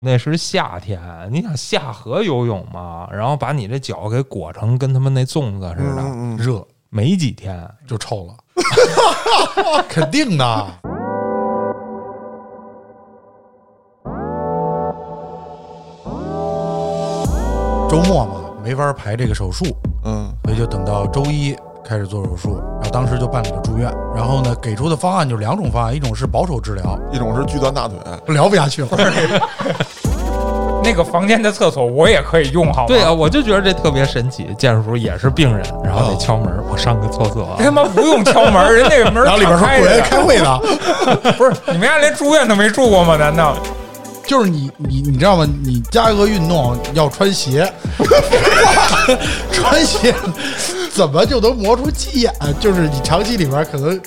那是夏天，你想下河游泳嘛，然后把你这脚给裹成跟他们那粽子似的，嗯嗯嗯热没几天，就臭了，肯定的。周末嘛，没法排这个手术，嗯所以就等到周一开始做手术，然后当时就办理了住院。然后呢，给出的方案就两种方案，一种是保守治疗，一种是锯断大腿，聊不下去了。那个房间的厕所我也可以用，好吗？对啊，，我就觉得这特别神奇。建叔也是病人，然哦后得敲门，我上个厕所啊。哎他妈不用敲 门，人那个门然后里边说敞开果着然呢开会呢，不是你们家连住院都没住过吗？难道就是你你你知道吗？你加一个运动要穿鞋， 穿鞋怎么就能磨出鸡眼？就是你长期里边可能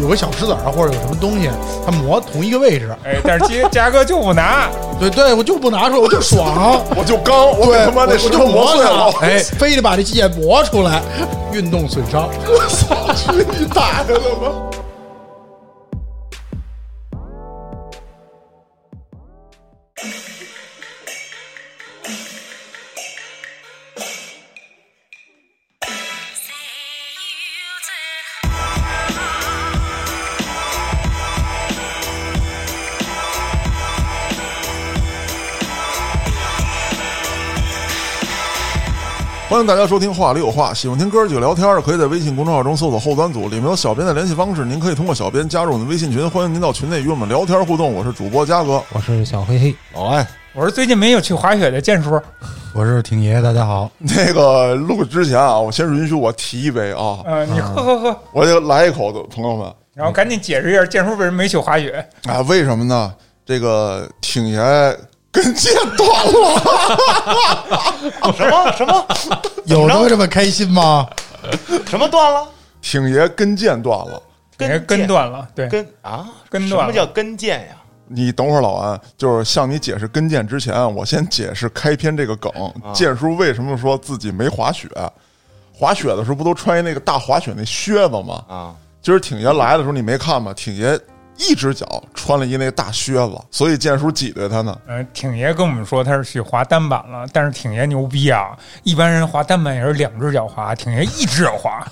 有个小石子儿或者有什么东西，它磨同一个位置。哎，但是 杰嘉哥就不拿，对对，我就不拿出来，我就爽。我就刚，我给对，他妈那我石就头磨磨碎它了，哎，非得把这鸡眼磨出来，运动损伤。我操，去你大爷的吧！欢迎大家收听《话里有话》，喜欢听哥儿几个聊天儿，可以在微信公众号中搜索“后端组”，里面有小编的联系方式，您可以通过小编加入我们微信群，欢迎您到群内与我们聊天互动。我是主播嘉哥，我是小黑黑，老艾。我说最近没有去滑雪的建叔，我是挺爷，大家好。那个录之前啊，我先允许我提一杯啊，呃，你喝喝喝，我就来一口的，朋友们然后赶紧解释一下建叔为什么没去滑雪。啊，为什么呢？这个挺爷跟腱断了，什么什么有他妈这么开心吗？什么断了？挺爷跟腱断了。给人跟腱断了，对，跟啊跟什断么了叫跟腱呀？你等会儿，老安，就是向你解释跟腱之前，我先解释开篇这个梗。建叔为什么说自己没滑雪？滑雪的时候不都穿一那个大滑雪那靴子吗？啊，今儿挺爷来的时候你没看吗？挺爷一只脚穿了一那大靴子，所以建叔挤兑他呢。呃，挺爷跟我们说他是去滑单板了，但是挺爷牛逼啊！一般人滑单板也是两只脚滑，挺爷一只脚 滑。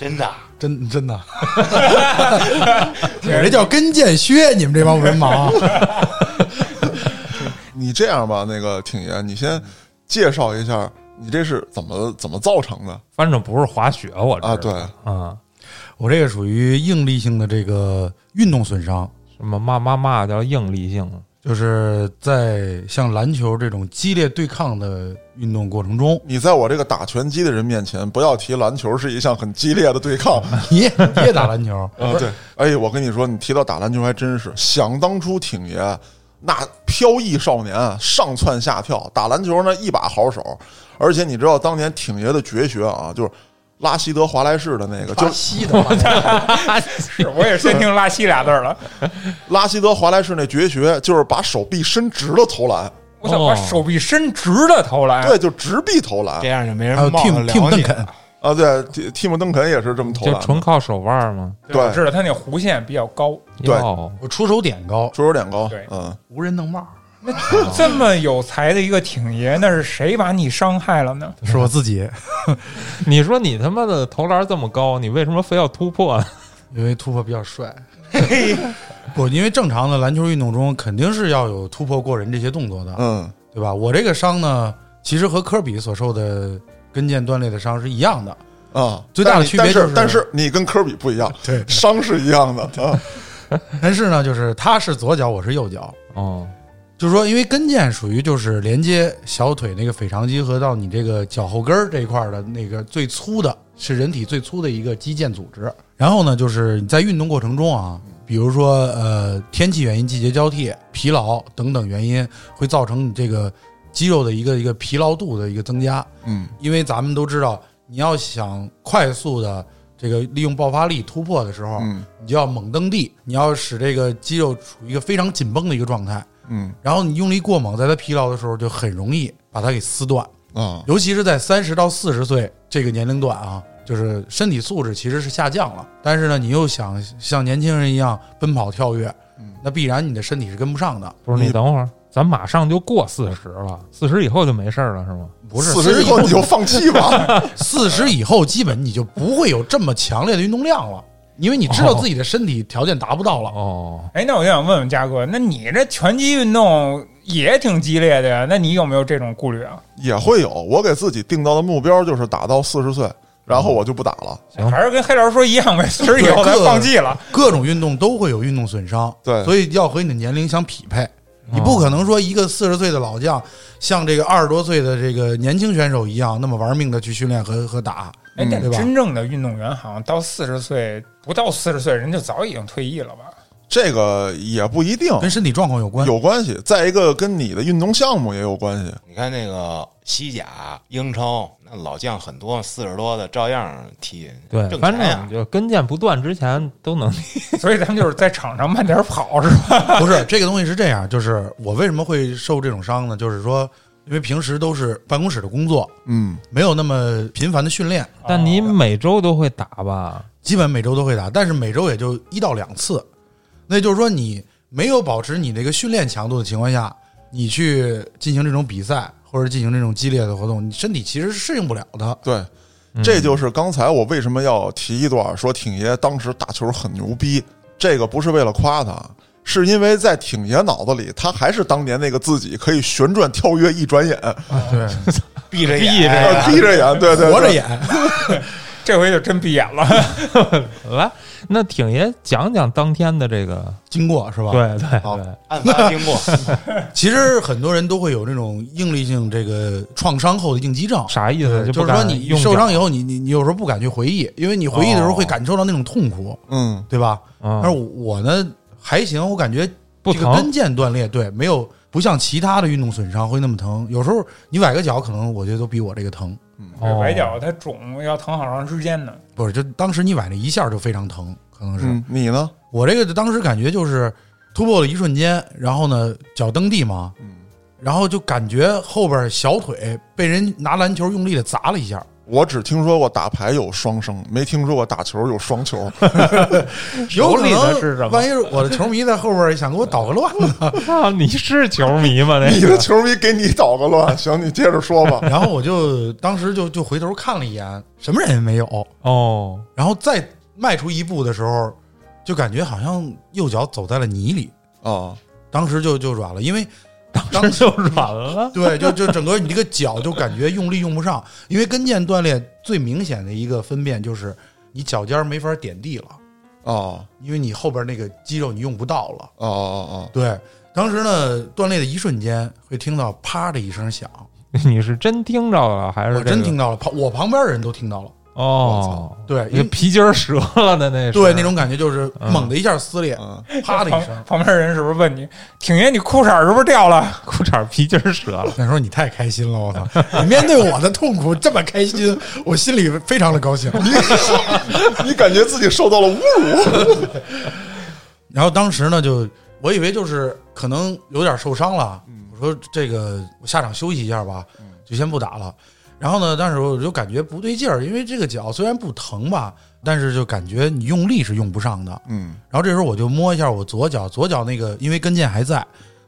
真的真真的， 我这叫跟腱靴，你们这帮文盲。啊你这样吧，那个挺爷，你先介绍一下你这是怎么怎么造成的反正不是滑雪，我知道啊？对，啊，我这个属于应力性的这个运动损伤，什么嘛嘛嘛叫应力性就是在像篮球这种激烈对抗的运动过程中， 你在我这个打拳击的人面前，不要提篮球是一项很激烈的对抗。你也你也打篮 球，啊，对，哎，我跟你说，你提到打篮球还真是，想当初挺爷那飘逸少年，啊上蹿下跳，打篮球呢一把好手，而且你知道当年挺爷的绝学啊，就是拉希德华莱士的那个，就巴西的嘛，是，我也先听拉稀俩字儿了。拉希德华莱士那绝学，就是把手臂伸直了投篮，我想把哦手臂伸直了投篮。对，就直臂投篮这样就没人还有冒着 Tim Tim 了邓解。肯，啊，对，蒂蒂姆邓肯也是这么投哦就篮纯的，靠手腕吗？对我对知道他那弧线比较高，对哟我出手点高，出手点高对，嗯，无人能 帽， 这么有才的一个挺爷，那是谁把你伤害了呢？是我自己，你说你他妈的投篮这么高，你为什么非要突破呢？ 因为突破比较帅。 不，因为正常的篮球运动中肯定是要有突破过人这些动作的，嗯，对吧？我这个伤呢，其实和科比所受的跟腱断裂的伤是一样的。啊，最大的但你区别但就是是，但是你跟科比不一样，对伤是一样的啊，但是呢，就是他是左脚，我是右脚，哦，就是说，因为跟腱属于就是连接小腿那个腓肠肌和到你这个脚后跟儿这一块儿的那个最粗的，是人体最粗的一个肌腱组织。然后呢，就是你在运动过程中啊，比如说呃天气原因、季节交替、疲劳等等原因，会造成你这个肌肉的一个一个疲劳度的一个增加。嗯，因为咱们都知道，你要想快速的这个利用爆发力突破的时候，嗯你就要猛蹬地，你要使这个肌肉处于一个非常紧绷的一个状态。嗯然后你用力过猛，在它疲劳的时候就很容易把它给撕断，啊，尤其是在三十到四十岁这个年龄段啊，就是身体素质其实是下降了，但是呢，你又想嗯像年轻人一样奔跑跳跃，那必然你的身体是跟不上的。不是你你等会儿，咱马上就过四十了，四十以后就没事儿了是吗？不是四十以后你就放弃 吧。四十以后，基本你就不会有这么强烈的运动量了，因为你知哦道自己的身体条件达不到了。啊哦，哎，那我就想问问嘉哥，那你这拳击运动也挺激烈的呀，那你有没有这种顾虑啊？也会有，我给自己定到的目标就是打到四十岁，然后我就不打了。行还是跟黑老师说一 样呗，四十以后咱各放弃了。各种运动都会有运动损伤，对嗯所以要和你的年龄相匹配。你不可能说一个四十岁的老将，像这个二十多岁的这个年轻选手一样，那么玩命的去训练和和打，哎，嗯但对吧？真正的运动员好像到四十岁不到四十岁，人就早已经退役了吧？ 这个也不一定跟身体状况有关。哦有关系，再一个跟你的运动项目也有关系。你看那个西甲、英超，那老将很多，四十多的照样踢，对，挣反钱呀、正就跟腱不断之前都能哦所以咱们就是在场上慢点 跑，是吧？不是这个东西是这样，就是我为什么会受这种伤呢？就是说，因为平时都是办公室的工作，嗯，没有那么频繁的训练，但你哦每周都会打吧？基本每周都会打，但是每周也就一到两次。那就是说，你没有保持你这个训练强度的情况下，你去进行这种比赛或者进行这种激烈的活动，你身体其实是适应不了的。对，嗯这就是刚才我为什么要提一段，说挺爷当时打球很牛逼，这个不是为了夸他。是因为在挺爷脑子里，他还是当年那个自己，可以旋转跳跃，一转眼，对，闭着闭着眼，呃闭着眼，对对，对哎活着演。这回就真闭眼了。来，那挺爷讲讲当天的这个，经过是吧？，对对好对，案发经过，其实很多人都会有这种应力性这个创伤后的应激症，啥意思？对就是不敢说你用受伤脚哦以后，你你你有时候不敢去回忆，因为你回忆的时候会感受到那种痛苦，嗯，对吧？嗯但是我呢还行，我感觉不这个疼跟腱断裂，对，没有不像其他的运动损伤会那么疼。有时候你崴个脚，可能我觉得都比我这个疼。 哦崴脚它肿要疼好长时间呢。不是，就当时你崴那一下就非常疼，可能是、嗯，你呢？我这个当时感觉就是突破了一瞬间，然后呢脚蹬地嘛，嗯然后就感觉后边小腿被人拿篮球用力的砸了一下，我只听说过打牌有双生，没听说过打球有双 球。有手可里的是什能么万？一我的球迷在后边想给我捣个 乱呢，操，你是球迷 吗？那你的球迷给你捣个乱， 行，你接着说吧。然后我就当时就就回头看了一眼，什么人也没有，哦， 然后再迈出一步的时候，就感觉好像右脚走在了泥里，啊，当时就就软了，因为当时就软了。对，就就整个你这个脚就感觉用力用不上，因为跟腱断裂最明显的一个分辨就是你脚尖儿没法点地了，哦因为你后边那个肌肉你用不到了。哦哦对，当时呢断裂的一瞬间会听到啪的一声响， 你是真听着了还是我真这听个到了，旁我旁边的人都听到了，哦？对，一因个为皮筋儿折了的那是对那种感觉就是猛的一下撕裂，哦，啪啊的旁一声。旁边人是不是问你，挺爷你裤衩儿是不是掉了？裤衩儿皮筋儿折了。那时候你太开心了，我操！你面对我的痛苦这么开心，我心里非常的高兴。 嗯，你感觉自己受到了侮辱。然后当时呢，就我以为就是可能有点受伤了，我说这个我下场休息一下吧，就先不打了。然后呢，但是我就感觉不对劲儿，因为这个脚虽然不疼吧，但是就感觉你用力是用不上的。 嗯，然后这时候我就摸一下我左脚，左脚那个因为跟腱还在，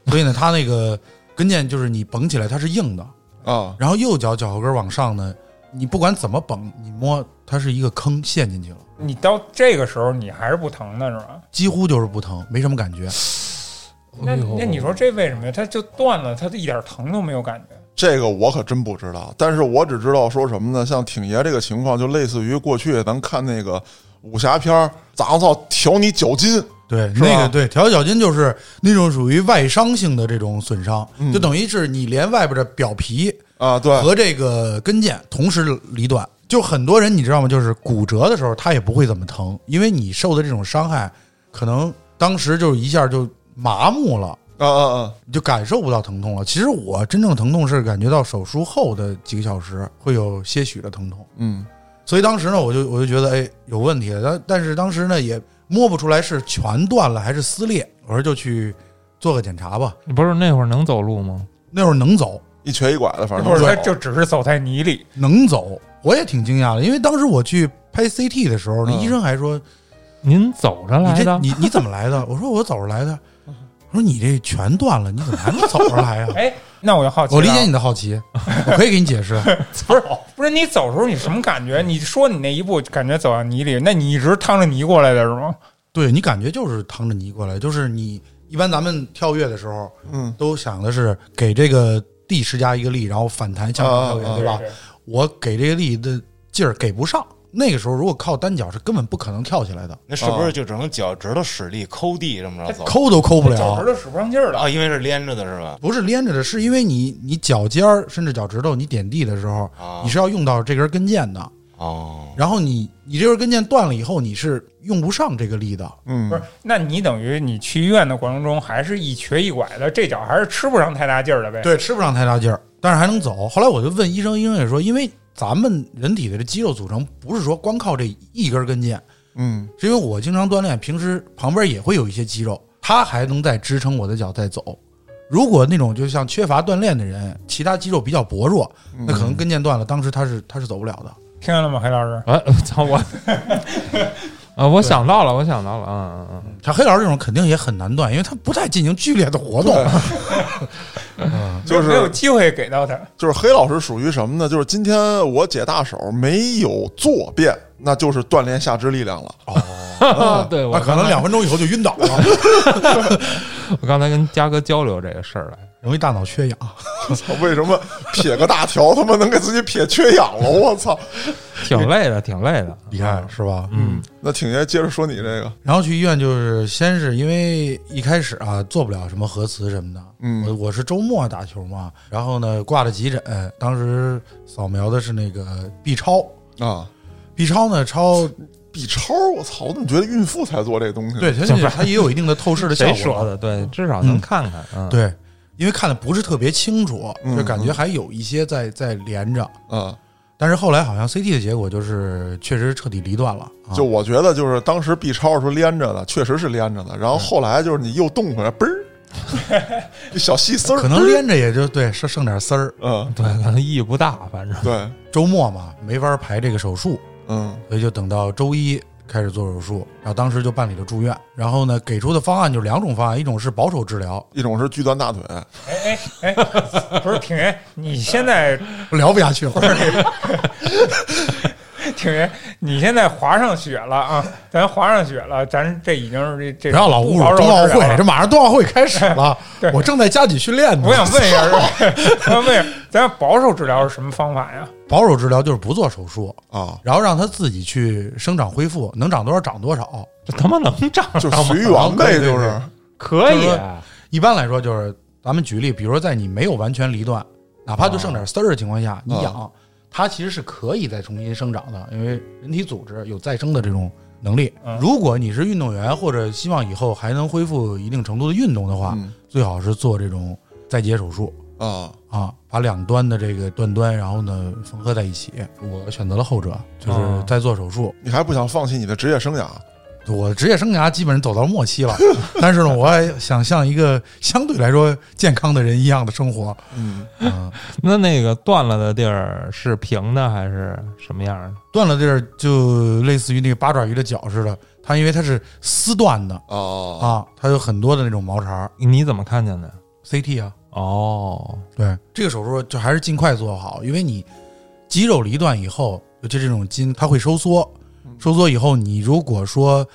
所以呢，它那个跟腱就是你绷起来它是硬的，啊，然后右脚脚后跟往上呢，你不管怎么绷，你摸它是一个坑陷进去了，你到这个时候你还是不疼的是吧？几乎就是不疼，没什么感觉。那哎呦那你说这为什么呀？它就断了，它一点疼都没有感觉。这个我可真不知道，但是我只知道说什么呢？像挺爷这个情况，就类似于过去咱看那个武侠片儿，杂操挑你脚筋，对，是吧那个对调节脚筋就是那种属于外伤性的这种损伤，就等于是你连外边的表皮啊，对，和这个跟腱同时离断。就很多人你知道吗？就是骨折的时候他也不会怎么疼，因为你受的这种伤害，可能当时就一下就麻木了。啊啊啊，你就感受不到疼痛了。其实我真正疼痛是感觉到手术后的几个小时会有些许的疼痛，嗯，所以当时呢，我就我就觉得哎有问题了，但但是当时呢也摸不出来是全断了还是撕裂，我说就去做个检查吧。你不是那会儿能走路吗？那会儿能走一瘸一拐的，反正或者都它有就只是走在泥里，能走，我也挺惊讶的，因为当时我去拍 CT 的时候，那嗯医生还说您走着你来这的？你你怎么来的？我说我走着来的。我说你这全断了，你怎么还能走上来呀、 哎，那我就好奇了，我理解你的好奇，我可以给你解释。不是不是你走的时候你什么感觉？你说你那一步感觉走到泥里，那你一直趟着泥过来的是吗？对你感觉就是趟着泥过来，就是你一般咱们跳跃的时候，嗯，都想的是给这个力施加一个力，然后反弹向上跳哦跃，啊啊啊对吧？我给这个力的劲儿给不上，那个时候如果靠单脚是根本不可能跳起来的，那是不是就只能脚趾头使力抠地这么着走？抠都抠不脚趾了。头使不上劲儿了。啊，因为是连着的是吧？不是连着的，是因为你你脚尖儿甚至脚趾头，你点地的时候，啊你是要用到这根跟腱的。哦，然后你你这根跟腱断了以后，你是用不上这个力的。嗯不是，那你等于你去医院的过程中，还是一瘸一拐的，这脚还是吃不上太大劲儿的呗？，对，吃不上太大劲儿，但是还能走。后来我就问医生，医生也说，因为咱们人体的这肌肉组成不是说光靠这一根跟腱，嗯是因为我经常锻炼，平时旁边也会有一些肌肉，它还能在支撑我的脚在走。如果那种就像缺乏锻炼的人，其他肌肉比较薄弱，那可能跟腱断了，当时他是他是走不了的。听见了吗，黑老师？啊， 操我！啊，我想到了，我想到了，嗯嗯嗯，像黑老师这种肯定也很难断，因为他不太进行剧烈的活动。就是没有机会给到他。就是黑老师属于什么呢？就是今天我解大手没有坐便，那就是锻炼下肢力量了。 啊 对我那可能两分钟以后就晕倒了，我刚才跟嘉哥交流这个事儿来，容易大脑缺氧。操 为什么撇个大条，他妈能给自己撇缺氧了？我操！挺累的，挺累的，啊你看是吧？嗯，那挺爷接着说你这个，然后去医院就是先是因为一开始啊做不了什么核磁什么的，嗯我我是周末打球嘛，然后呢挂的急诊，当时扫描的是那个 B 超啊，B 超呢超，B 超，我操！我怎么觉得孕妇才做这东西？，对，它就是它也有一定的透视的 效谁果，说的？对，至少能嗯看看，嗯，对，因为看的不是特别清楚，嗯就感觉还有一些在在连着，啊，但是后来好像 CT 的结果就是确实彻底离断了，啊、就我觉得就是当时 B 超的时候连着的，确实是连着的。然后后来就是你又动回来，嘣儿， 一小细丝儿，可能连着也就对剩剩点丝儿，嗯，对，可能意义不大，反正对，周末嘛没法排这个手术，嗯所以就等到周一开始做手术，然后当时就办理了住院。然后呢，给出的方案就两种方案，一种是保守治疗， 一种是锯断大腿，哎哎哎，不是挺爷，你现在聊不下去了。挺爷，你现在滑上雪了啊？咱滑上雪了，咱这已经是这 不要老侮辱冬奥会，这马上冬奥会开始了， 对我正在加紧训练呢。我想问一下， 我想问一下，咱保守治疗是什么方法呀？保守治疗就是不做手术，啊，然后让他自己去生长恢复，能长多少长多少。这他妈能长 就上吗？随缘呗，对对就是可就以啊是，说一般来说就是咱们举例，比如说在你没有完全离断，哪怕就剩点丝儿的情况下，你养它其实是可以再重新生长的，因为人体组织有再生的这种能力嗯。如果你是运动员或者希望以后还能恢复一定程度的运动的话，嗯最好是做这种再结手术啊，啊，把两端的这个断端，然后呢缝合在一起。我选择了后者，就是哦再做手术。你还不想放弃你的职业生涯？我职业生涯基本上走到末期了，但是呢，我还想像一个相对来说健康的人一样的生活。嗯，嗯，那那个断了的地儿是平的还是什么样的？断了地儿就类似于那个八爪鱼的脚似的，它因为它是丝断的啊啊，它有很多的那种毛茬儿你怎么看见的？ CT 啊，哦，对，这个手术就还是尽快做好，因为你肌肉离断以后，尤其这种筋它会收缩，嗯收缩以后你如果说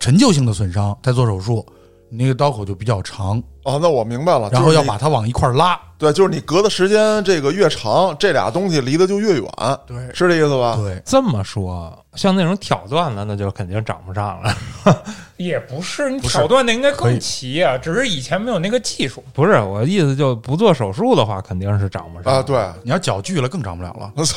陈旧性的损伤再做手术，你那个刀口就比较长，啊，那我明白了，然就后是要你把它往一块儿拉，对，就是你隔的时间这个越长，这俩东西离得就越远，对是这意思吧？对，这么说，像那种挑断的，那就肯定长不上了。也不是，你不是挑断的应该可以更齐啊，只是以前没有那个技术。不是我意思，就不做手术的话，肯定是长不上啊，对，，你要脚锯了更长不了了，我操，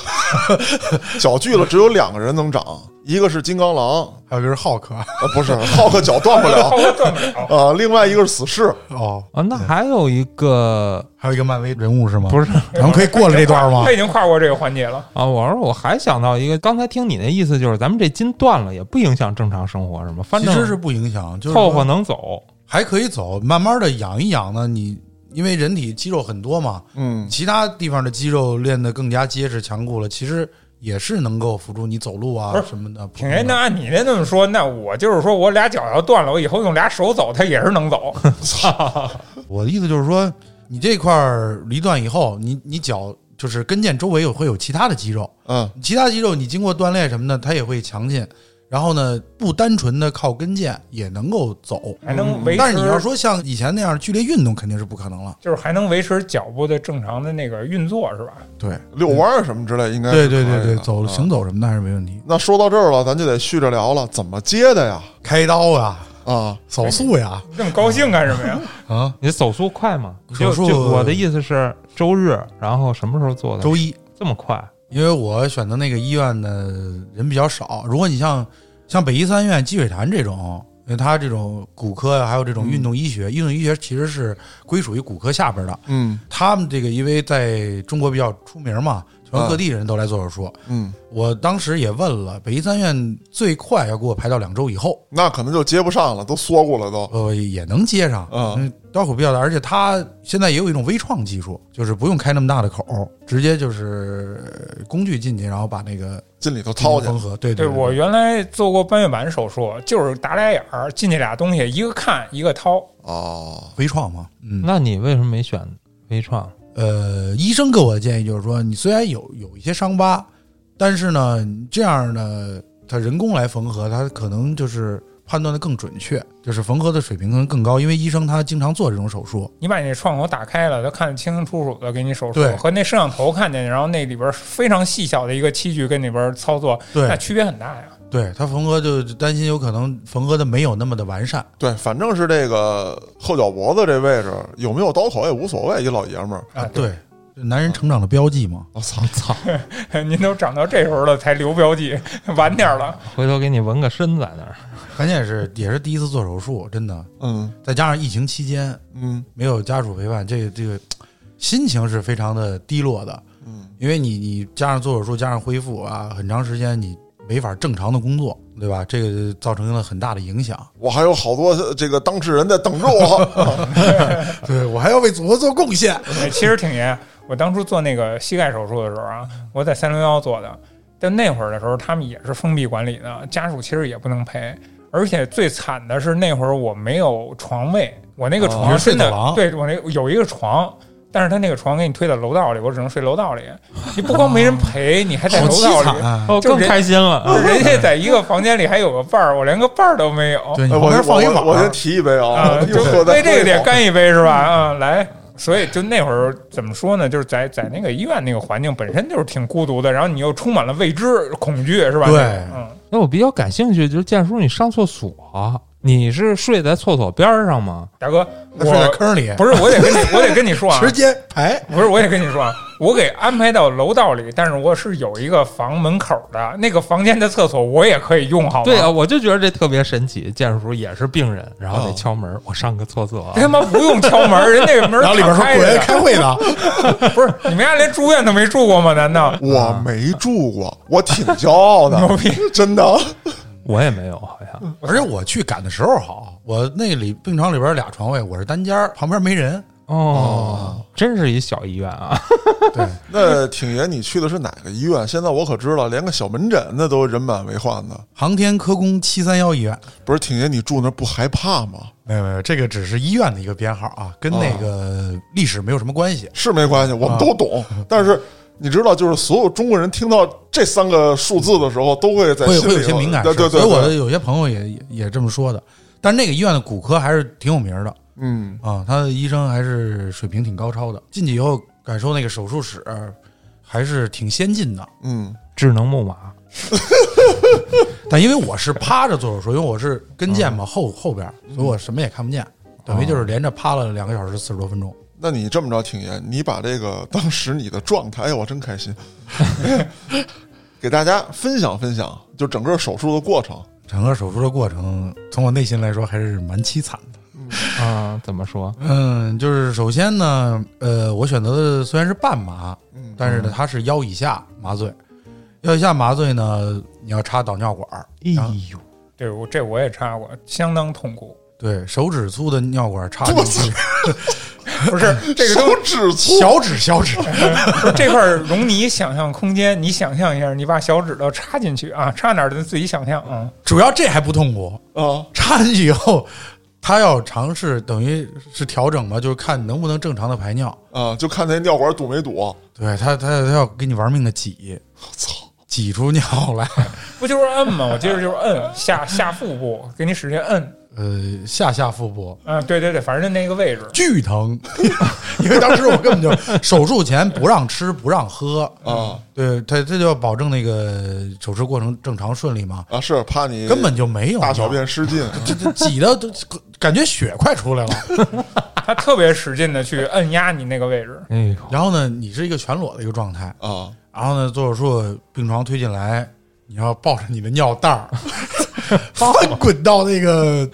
脚锯了只有两个人能长，一个是金刚狼，还有就是浩克啊，不是浩克脚断不了 后来断不了。啊，另外一个是死士， 哦，啊，那还有一个还有一个漫威人物是吗？不是咱们可以过了这段吗他？已经跨过这个环节 了。啊，我说我还想到一个，刚才听你的意思就是，咱们这筋断了也不影响正常生活，是吗？反其正实是不影响，就是凑说合能走。还可以走，慢慢的养一养呢。你因为人体肌肉很多嘛，嗯其他地方的肌肉练得更加结实强固了，其实也是能够辅助你走路啊什么的。挺爷，那按你那那么说，那我就是说我俩脚要断了，我以后用俩手走，它也是能 走。我的意思就是说，你这块儿离断以后，你你脚就是跟腱周围有会有其他的肌肉，嗯，其他肌肉你经过锻炼什么的，它也会强劲。然后呢，不单纯的靠跟腱也能够走，还能维持但是你要说像以前那样剧烈运动，肯定是不可能了。就是还能维持脚部的正常的那个运作，是吧？对，遛弯儿什么之类，应该对是对可以对对，的走嗯行走什么的还是没问题。那说到这儿了，咱就得续着聊了，怎么接的呀？开刀啊，啊，手术呀，这么高兴干什么呀？啊，你手速快吗？手就速就我的意思是周日，然后什么时候做的？周一，这么快？因为我选择那个医院的人比较少。如果你像像北医三院积水潭这种，因为它这种骨科啊呀，还有这种运动医学，运动医学其实是归属于骨科下边的。嗯他们这个因为在中国比较出名嘛，全国各地人都来做手术。嗯，我当时也问了，北医三院最快要给我排到两周以后，那可能就接不上了，都缩过了都。呃，也能接上。啊嗯，刀口比较大，而且它现在也有一种微创技术，就是不用开那么大的口，直接就是呃工具进去，然后把那个进里头掏去缝合。对对对，我原来做过半月板手术，就是打俩眼儿进去俩东西，一个看一个掏。哦，微创嘛，嗯，那你为什么没选微创？呃，医生给我的建议就是说，你虽然有有一些伤疤，但是呢，你这样呢，它人工来缝合，它可能就是判断的更准确，就是缝合的水平可能更高，因为医生他经常做这种手术，你把你创口打开了，他看得清清楚楚的给你手术对，和那摄像头看见，然后那里边非常细小的一个器具跟里边操作，对那区别很大呀。对他缝合就就担心有可能缝合的没有那么的完善。对，反正是这个后脚脖子这位置有没有刀口也无所谓，一老爷们儿。啊，哎对，哦男人成长的标记嘛。我操操！对， 您都长到这时候了才留标记， 晚点儿了。回头给你纹个身在那儿。关键是也是第一次做手术，真的，嗯再加上疫情期间嗯没有家属陪伴，这个这个心情是非常的低落的。嗯，因为你你加上做手术，加上恢复啊，很长时间你没法正常的工作，对吧？这个造成了很大的影响。我还有好多这个当事人在等着我。对我还要为祖国做贡献。哎， 其实挺严。我当初做那个膝盖手术的时候啊，嗯我在三零幺做的，但那会儿的时候他们也是封闭管理的，家属其实也不能陪。而且最惨的是那会儿我没有床位，我那个哦你床是睡真的，走廊对我那有一个床。但是他那个床给你推到楼道里，我只能睡楼道里。你不光没人陪，你还在好楼道凄惨里。啊！哦， 就更是开心了。人家在一个房间里还有个伴儿，我连个伴儿都没有。对，你哎旁我边放一我我先碗，提一杯啊，啊，一就喝再为这喝一个得口干一杯是吧？啊，来，所以就那会儿怎么说呢？就是在在那个医院那个环境本身就是挺孤独的，然后你又充满了未知恐惧，是吧？对嗯，那我比较感兴趣，就是建叔，你上厕所，你是睡在厕所边儿上吗？大哥，睡在我坑里，不是我得跟你，我得跟你说 啊直，接哎排。不是我得跟你说啊，我给安排到楼道里，但是我是有一个房门口的那个房间的厕所，我也可以用，好吗？对啊，。我就觉得这特别神奇。建叔也是病人，然哦后得敲门，我上个厕所。他妈不用敲门，人那个门然后里边说敞开果着然呢开会呢， 不是你们家连住院都没住过吗？难道我没住过，我挺骄傲牛的，逼？真的。 我也没有，好嗯像而且我去赶的时候好，我那里病床里边俩床位，我是单间儿，旁边没人。哦，真是一小医院啊。 对，那挺爷，你去的是哪个医院？现在我可知道，连个小门诊那都人满为患的。航天科工七三幺医院。不是挺爷，你住那不害怕吗？没有没有，这个只是医院的一个编号啊，跟那个历史没有什么关系。是没关系，我们都懂。但是你知道，就是所有中国人听到这三个数字的时候，都会在会心会里有些敏感，对对对，所以我的对有些朋友也也也这么说的。但是那个医院的骨科还是挺有名的嗯啊，他的医生还是水平挺高超的。进去以后感受那个手术室还是挺先进的，嗯智能木马，但因为我是趴着做手术，因为我是跟腱嗯嘛后后边，所以我什么也看不见，等于就是连着趴了两个小时四十多分钟。那你这么着，挺爷，你把这个当时你的状态，哎呀，我真开心， 给大家分享分享，就整个手术的过程。整个手术的过程，从我内心来说还是蛮凄惨的。啊，怎么说？嗯，就是首先呢，呃，我选择的虽然是半麻，嗯但是呢，它是腰以下麻醉，腰以下麻醉呢，你要插导尿管儿，哎然后呦，对我这我也插过，相当痛苦。对手指粗的尿管插进去，不是这个手东西指粗，小指小 指，不 是这块儿容你想象空间，你想象一下，你把小指头插进去啊， 插哪儿的自己想象啊。主要这还不痛苦哦啊！插进去以后，他要尝试，等于是调整嘛，就是看能不能正常的排尿。啊，就看那尿管堵没堵。对他，他他要给你玩命的挤，我操！挤出尿来。不就是摁吗？我记着就是摁下 下腹部，给你使劲摁呃，下下腹部啊，对对对，反正就那个位置。巨疼， 因为当时我根本就手术前不让吃不让喝嗯啊，对他他就要保证那个手术过程正常顺利嘛，啊，是怕你根本就没有大小尿便失 禁。这这挤的都感觉血快出来了。他特别使劲的去按压你那个位置，哎呦，然后呢，你是一个全裸的一个状态，啊，然后呢，做手术病床推进来，你要抱着你的尿 袋儿，翻滚到那个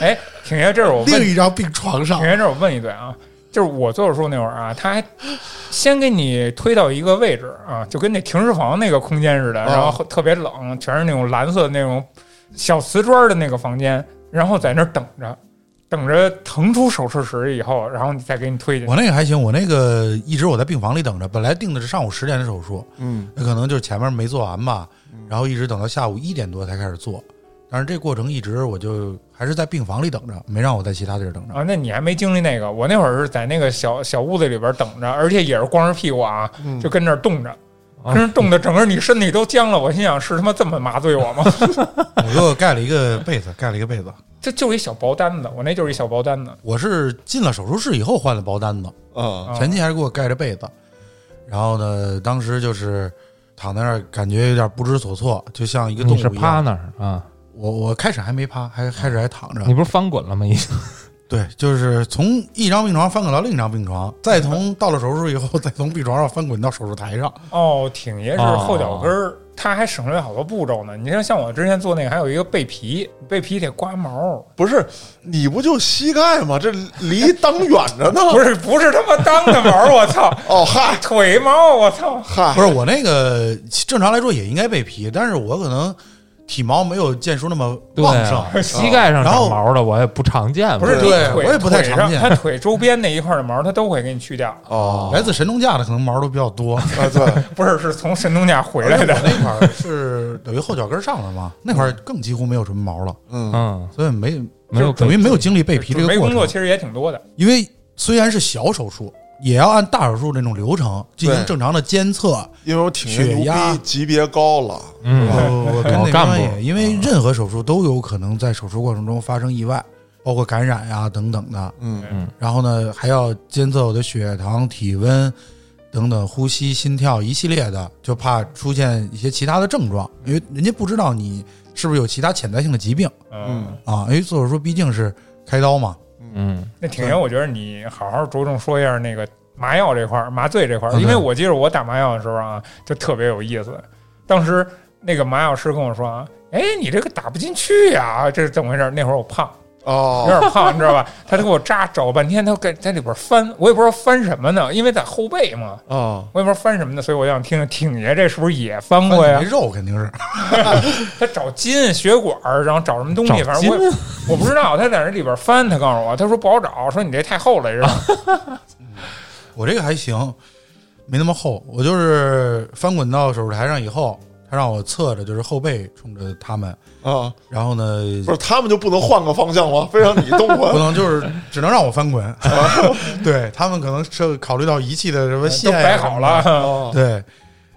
哎，挺爷，这是我问另一张病床上挺。爷，这儿我问一嘴啊，就是我做手术那会儿啊，他还先给你推到一个位置啊，就跟那停尸房那个空间似的，然后特别冷，全是那种蓝色的那种小瓷砖的那个房间，然后在那儿等着，等着腾出手术室以后，然后你再给你推进去我。那个还行，我那个一直我在病房里等着，本来定的是上午十点的手术，嗯，那可能就是前面没做完吧，然后一直等到下午一点多才开始做，但是这过程一直我就还是在病房里等着，没让我在其他地儿 等着。啊，那你还没经历那个，我那会儿是在那个小小屋子里边等着，而且也是光着屁股啊，就跟那儿冻着，跟那儿冻的整个你身体都僵了。我心想是他妈这么麻醉我吗？ 我给我盖了一个被子，盖了一个被子。这就是一小薄单子，我那就是一小薄单子。我是进了手术室以后换的薄单子，哦哦啊，前期还是给我盖着被子，然后呢，当时就是躺在那儿，感觉有点不知所措，就像一个动你是物一趴样。那儿啊？我我开始还没趴，还开始还躺着你。不是翻滚了吗？已 经对，就是从一张病床翻滚到另一张病床，再从嗯到了手术室以后，再从病床上翻滚到手术台上。哦，挺爷是哦后脚跟儿，他还省略好多步骤呢。你像像我之前做那个，还有一个背皮，背皮得刮毛，哦不是，你不就膝盖吗？这离裆远着呢。 不是不是他妈裆的毛，我操，哦，嗨腿毛，我操。嗨，啊 不是我那个正常来说也应该被皮，但是我可能体毛没有建叔那么对旺盛啊，，膝盖上然后长毛的我也不常见，不是对你腿我也不太腿常上见他腿周边那一块的毛，他都会给你去掉。啊哦，来自神农架的可能毛都比较 多。啊，对，不是，是从神农架回来而且的我。哦那块儿是等于后脚跟上了嘛，那块儿更几乎没有什么毛了，嗯，嗯，所以没没有等于被没有经历被皮这个准备过工作程。其实也挺多的，因为虽然是小手术，也要按大手术那种流程进行对正常的监测。因为我挺爷血牛压逼，级别高了。嗯我我跟老那干边部嗯也，因为任何手术都有可能在手术过程中发生意外，包括感染呀、等等的。嗯然后呢，还要监测我的血糖、体温等等，呼吸、心跳一系列的，就怕出现一些其他的症状，因为人家不知道你是不是有其他潜在性的疾病嗯，啊。因为做手术毕竟是开刀嘛，嗯，那挺爷，我觉得你好好着重说一下那个麻药这块儿、麻醉这块儿，嗯因为对我记得我打麻药的时候啊，就特别有意思。当时那个麻药师跟我说啊，哎，你这个打不进去呀、这是怎么回事？那会儿我胖，有哦，点胖，你知道吧？他就给我扎找半天，他给在里边翻，我也不知道翻什么呢，因为在后背嘛，啊，我也不知道翻什么呢，所以我想听听挺爷这是不是也翻过呀那？肉肯定是他找筋、血管儿，然后找什么东西，找反正筋我也我不知道。他在那里边翻，他告诉我，他说不好找，说你这太厚了，这是。我这个还行，没那么厚。我就是翻滚到手术台上以后，他让我侧着，就是后背冲着他们，啊，然后呢，不是他们就不能换个方向吗？非让你动不我，能就是只能让我翻滚。 对他们可能是考虑到仪器的什么都线摆呀哎好了，哦啊，对，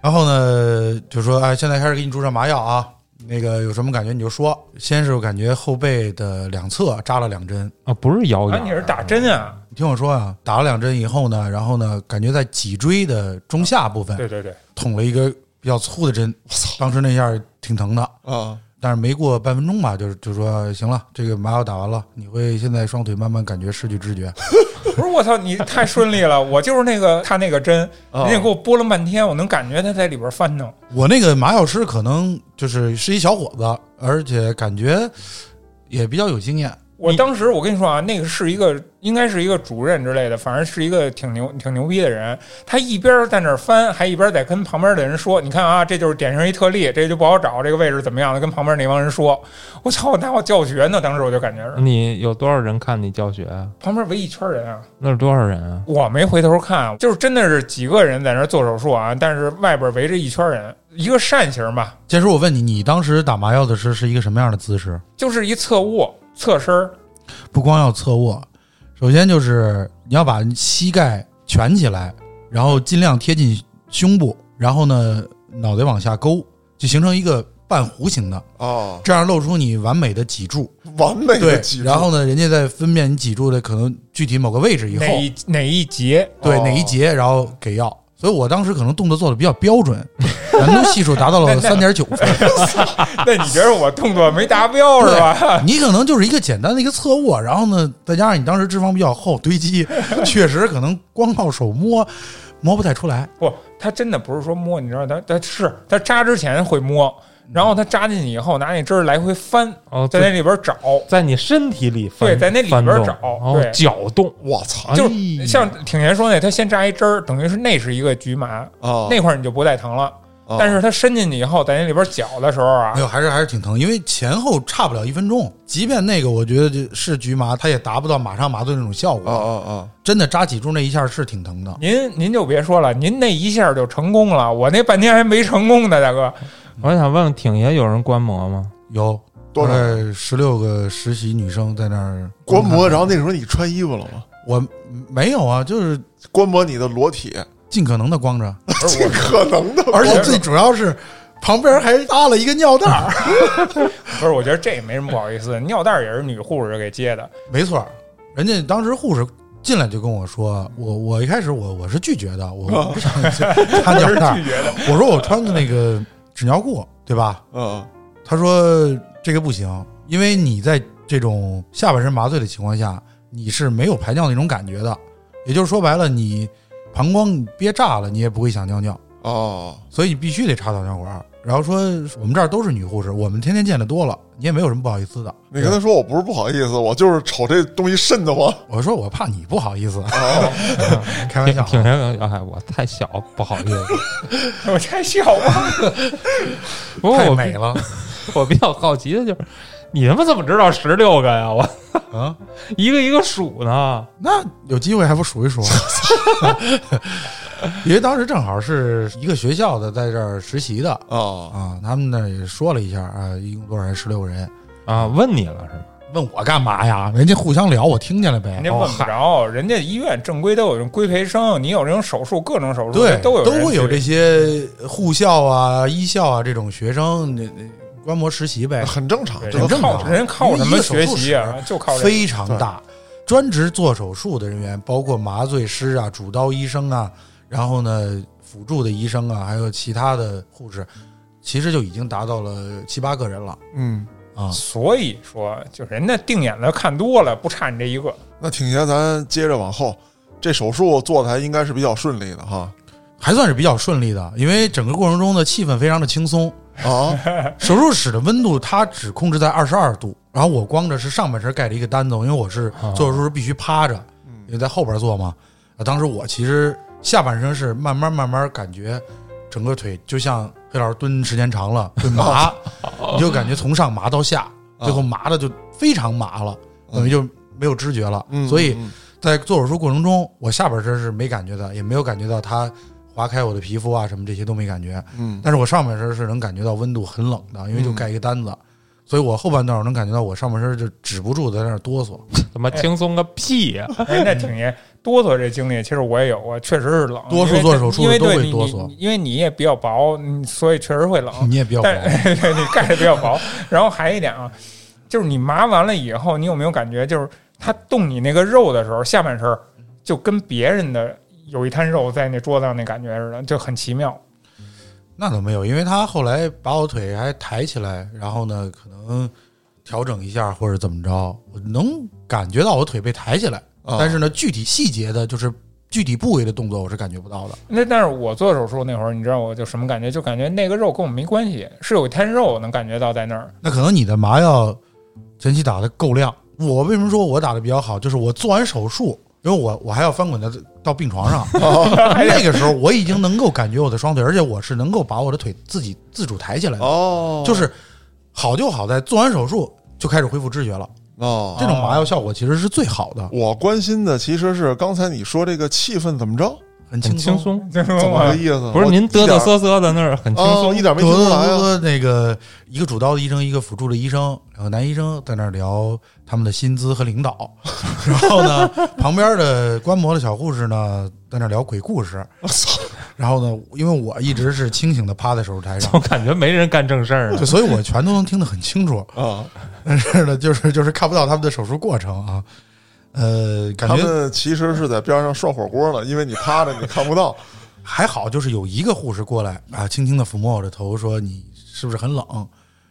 然后呢，就说哎，现在开始给你注射麻药啊，那个有什么感觉你就说。先是我感觉后背的两侧扎了两针，啊，不是腰啊，眼，你是打针啊？你听我说啊，打了两针以后呢，然后呢，感觉在脊椎的中下部分对对对，捅了一个比较粗的针，当时那下儿挺疼的。啊，但是没过半分钟吧，就是就说行了，这个麻药打完了，你会现在双腿慢慢感觉失去知觉。不是我操，你太顺利了，我就是那个他那个针，啊人家给我拨了半天，我能感觉他在里边翻腾。我那个麻药师可能就是是一小伙子，而且感觉也比较有经验。我当时我跟你说啊，那个是一个应该是一个主任之类的，反正是一个挺牛挺牛逼的人。他一边在那儿翻，还一边在跟旁边的人说：“你看啊，这就是典型一特例，这就不好找，这个位置怎么样的？”跟旁边那帮人说：“我操，我拿我教学呢！”当时我就感觉是你有多少人看你教学啊？旁边围一圈人啊，那是多少人啊？我没回头看，就是真的是几个人在那儿做手术啊，但是外边围着一圈人，一个扇形吧，建叔，我问你，你当时打麻药的时候是一个什么样的姿势？就是一侧卧侧身儿，不光要侧卧，首先就是你要把膝盖蜷起来，然后尽量贴近胸部，然后呢脑袋往下勾，就形成一个半弧形的，啊，这样露出你完美的 脊柱。完美的对脊，柱然后呢，人家再分辨你脊柱的可能具体某个位置以后，哪一哪一节对哦哪一节，然后给药。所以我当时可能动作做的比较标准， 难度系数达到了三点九分。 那你觉得我动作没达标是吧？ 你可能就是一个简单的一个侧卧，然后呢，再加上你当时脂肪比较厚堆 积，确实可能光靠手摸摸不太出来。 不，他真的不是说摸，你知道他他是他扎之前会摸，然后他扎进去以后拿那针儿来回翻，哦，在那里边找，在你身体里翻，对在那里边翻动找哦对，搅动，我操就哎是像挺爷说那，他先扎一针儿，等于是那是一个局麻，啊！哦那块儿你就不带疼了。啊但是他伸进去以后，在那里边搅的时候啊哎，呦，还是还是挺疼，因为前后差不了一分钟。即便那个我觉得就是局麻，它也达不到马上麻醉那种效啊果。啊啊！真的扎脊柱那一下是挺疼的。您您就别说了，您那一下就成功了，我那半天还没成功呢，大哥。我想问问挺爷，有人观摩吗？有多少大概十六个实习女生在那儿观摩？看然后那时候你穿衣服了吗？我没有啊，就是观摩你的裸 体，尽可能 的光着，尽可能的。而且最主要是旁边还搭了一个尿袋儿。不是，我觉得这也没什么不好意思，尿袋儿也是女护士 给接的，没错儿，人家当时护士进来就跟我说，我我一开始我我是拒绝的，我我不想他哦 我尿是袋拒儿，绝的。我说我穿的那个纸尿裤，对吧？嗯，他说这个不行，因为你在这种下半身麻醉的情况下，你是没有排尿那种感觉的，也就是说白了，你膀胱憋炸了，你也不会想尿尿，哦，所以你必须得插导尿管儿。然后说我们这儿都是女护士，我们天天见的多了，你也没有什么不好意思的。你跟他说我不是不好意思，我就是瞅这东西瘆得慌。我说我怕你不好意思，哦 开玩挺笑啊。挺爷，哎，我太小，不好意思。 我太小了，不过我比了 我比较好奇的就是，你他妈怎么知道十六个呀？我啊！一个一个数呢。那有机会还不数一数？因为当时正好是一个学校的在这儿实习的啊啊，他们那也说了一下啊，一共多少人？十六个人。啊，问你了是吗？问我干嘛呀？人家互相聊，我听见了人呗。家问不着，人家医院正规都有这种规培生，你有这种手术，各种手术对，都有人会有去这些护校啊、医校啊这种学生，那那观摩实习呗，很正常，对这很都正人靠常人靠什啊因为一么个手学术习啊？就靠这个非常大。专职做手术的人员，包括麻醉师啊、主刀医生啊，然后呢辅助的医生啊，还有其他的护士，其实就已经达到了七八个人了嗯。啊。所以说，就人家定眼的看多了，不差你这一个。那挺爷，咱接着往后，这手术做的还应该是比较顺利的哈。还算是比较顺利的，因为整个过程中的气氛非常的轻松。啊，手术室的温度它只控制在二十二度，然后我光着是上半身盖着一个单子，因为我是啊做手术时必须趴着，嗯因为在后边做嘛。啊，当时我其实下半身是慢慢慢慢感觉整个腿就像黑老师蹲时间 长了会麻，你就感觉从上麻到下，啊 最后麻的就非常麻了，等于就没有知觉了。嗯所以嗯在做手术过程中，我下半身是没感觉的，也没有感觉到它划开我的皮肤啊什么这些都没感觉。嗯，但是我上半身是能感觉到温度很冷的，因为就盖一个单子，所以我后半段我能感觉到我上半身就止不住在那儿哆嗦。他妈哎轻松个屁呀、 哎，那挺爷哆嗦这经历，其实我也有过，确实是冷。多数因为做手术的因为都对会你哆嗦你因为你也比较薄，你所以确 实会冷。 你也比较但薄，对你盖的比较薄。然后还一点啊，就是你麻完了以后，你有没有感觉，就是他动你那个肉的时候，下半身儿就跟别人的有一滩肉在那桌子上那感觉似的，就很奇妙。那倒没有，因为他后来把我腿还抬起来，然后呢，可能调整一下或者怎么着，我能感觉到我腿被抬起来，啊但是呢，具体细节的就是具体部位的动作我是感觉不到的。那但是我做手术那会儿，你知道我就什么感觉？就感觉那个肉跟我没关系，是有一滩肉能感觉到在那儿。那可能你的麻药前期打的够量，我为什么说我打的比较好？就是我做完手术，因为我我还要翻滚到到病床上，那个时候我已经能够感觉我的双腿，而且我是能够把我的腿自己自主抬起来的。哦，嗯就是好就好在做完手术就开始恢复知觉了，哦，这种麻药效果其实是最好的，我关心的其实是刚才你说这个气氛怎么着，很很轻轻松。松，啊就 是怎么 我个意思？不是我您一嘚点嘚瑟瑟的那儿很轻哦，松一。点没听德出德来啊。德那个一个主刀的医生，一个辅助的医生，两个男医生在那儿聊他们的薪资和领导，然后呢，旁边的观摩的小护士呢在那儿聊鬼故事，然后呢，因为我一直是清醒的趴在手术台上我，感觉没人干正事儿对，了。所以我全都能听得很清楚，啊，但是呢，就是就是看不到他们的手术过程啊，呃，感他觉们其实是在边上涮火锅呢，因为你趴着你看不到。还好，就是有一个护士过来啊，轻轻的抚摸我的头，说你是不是很冷？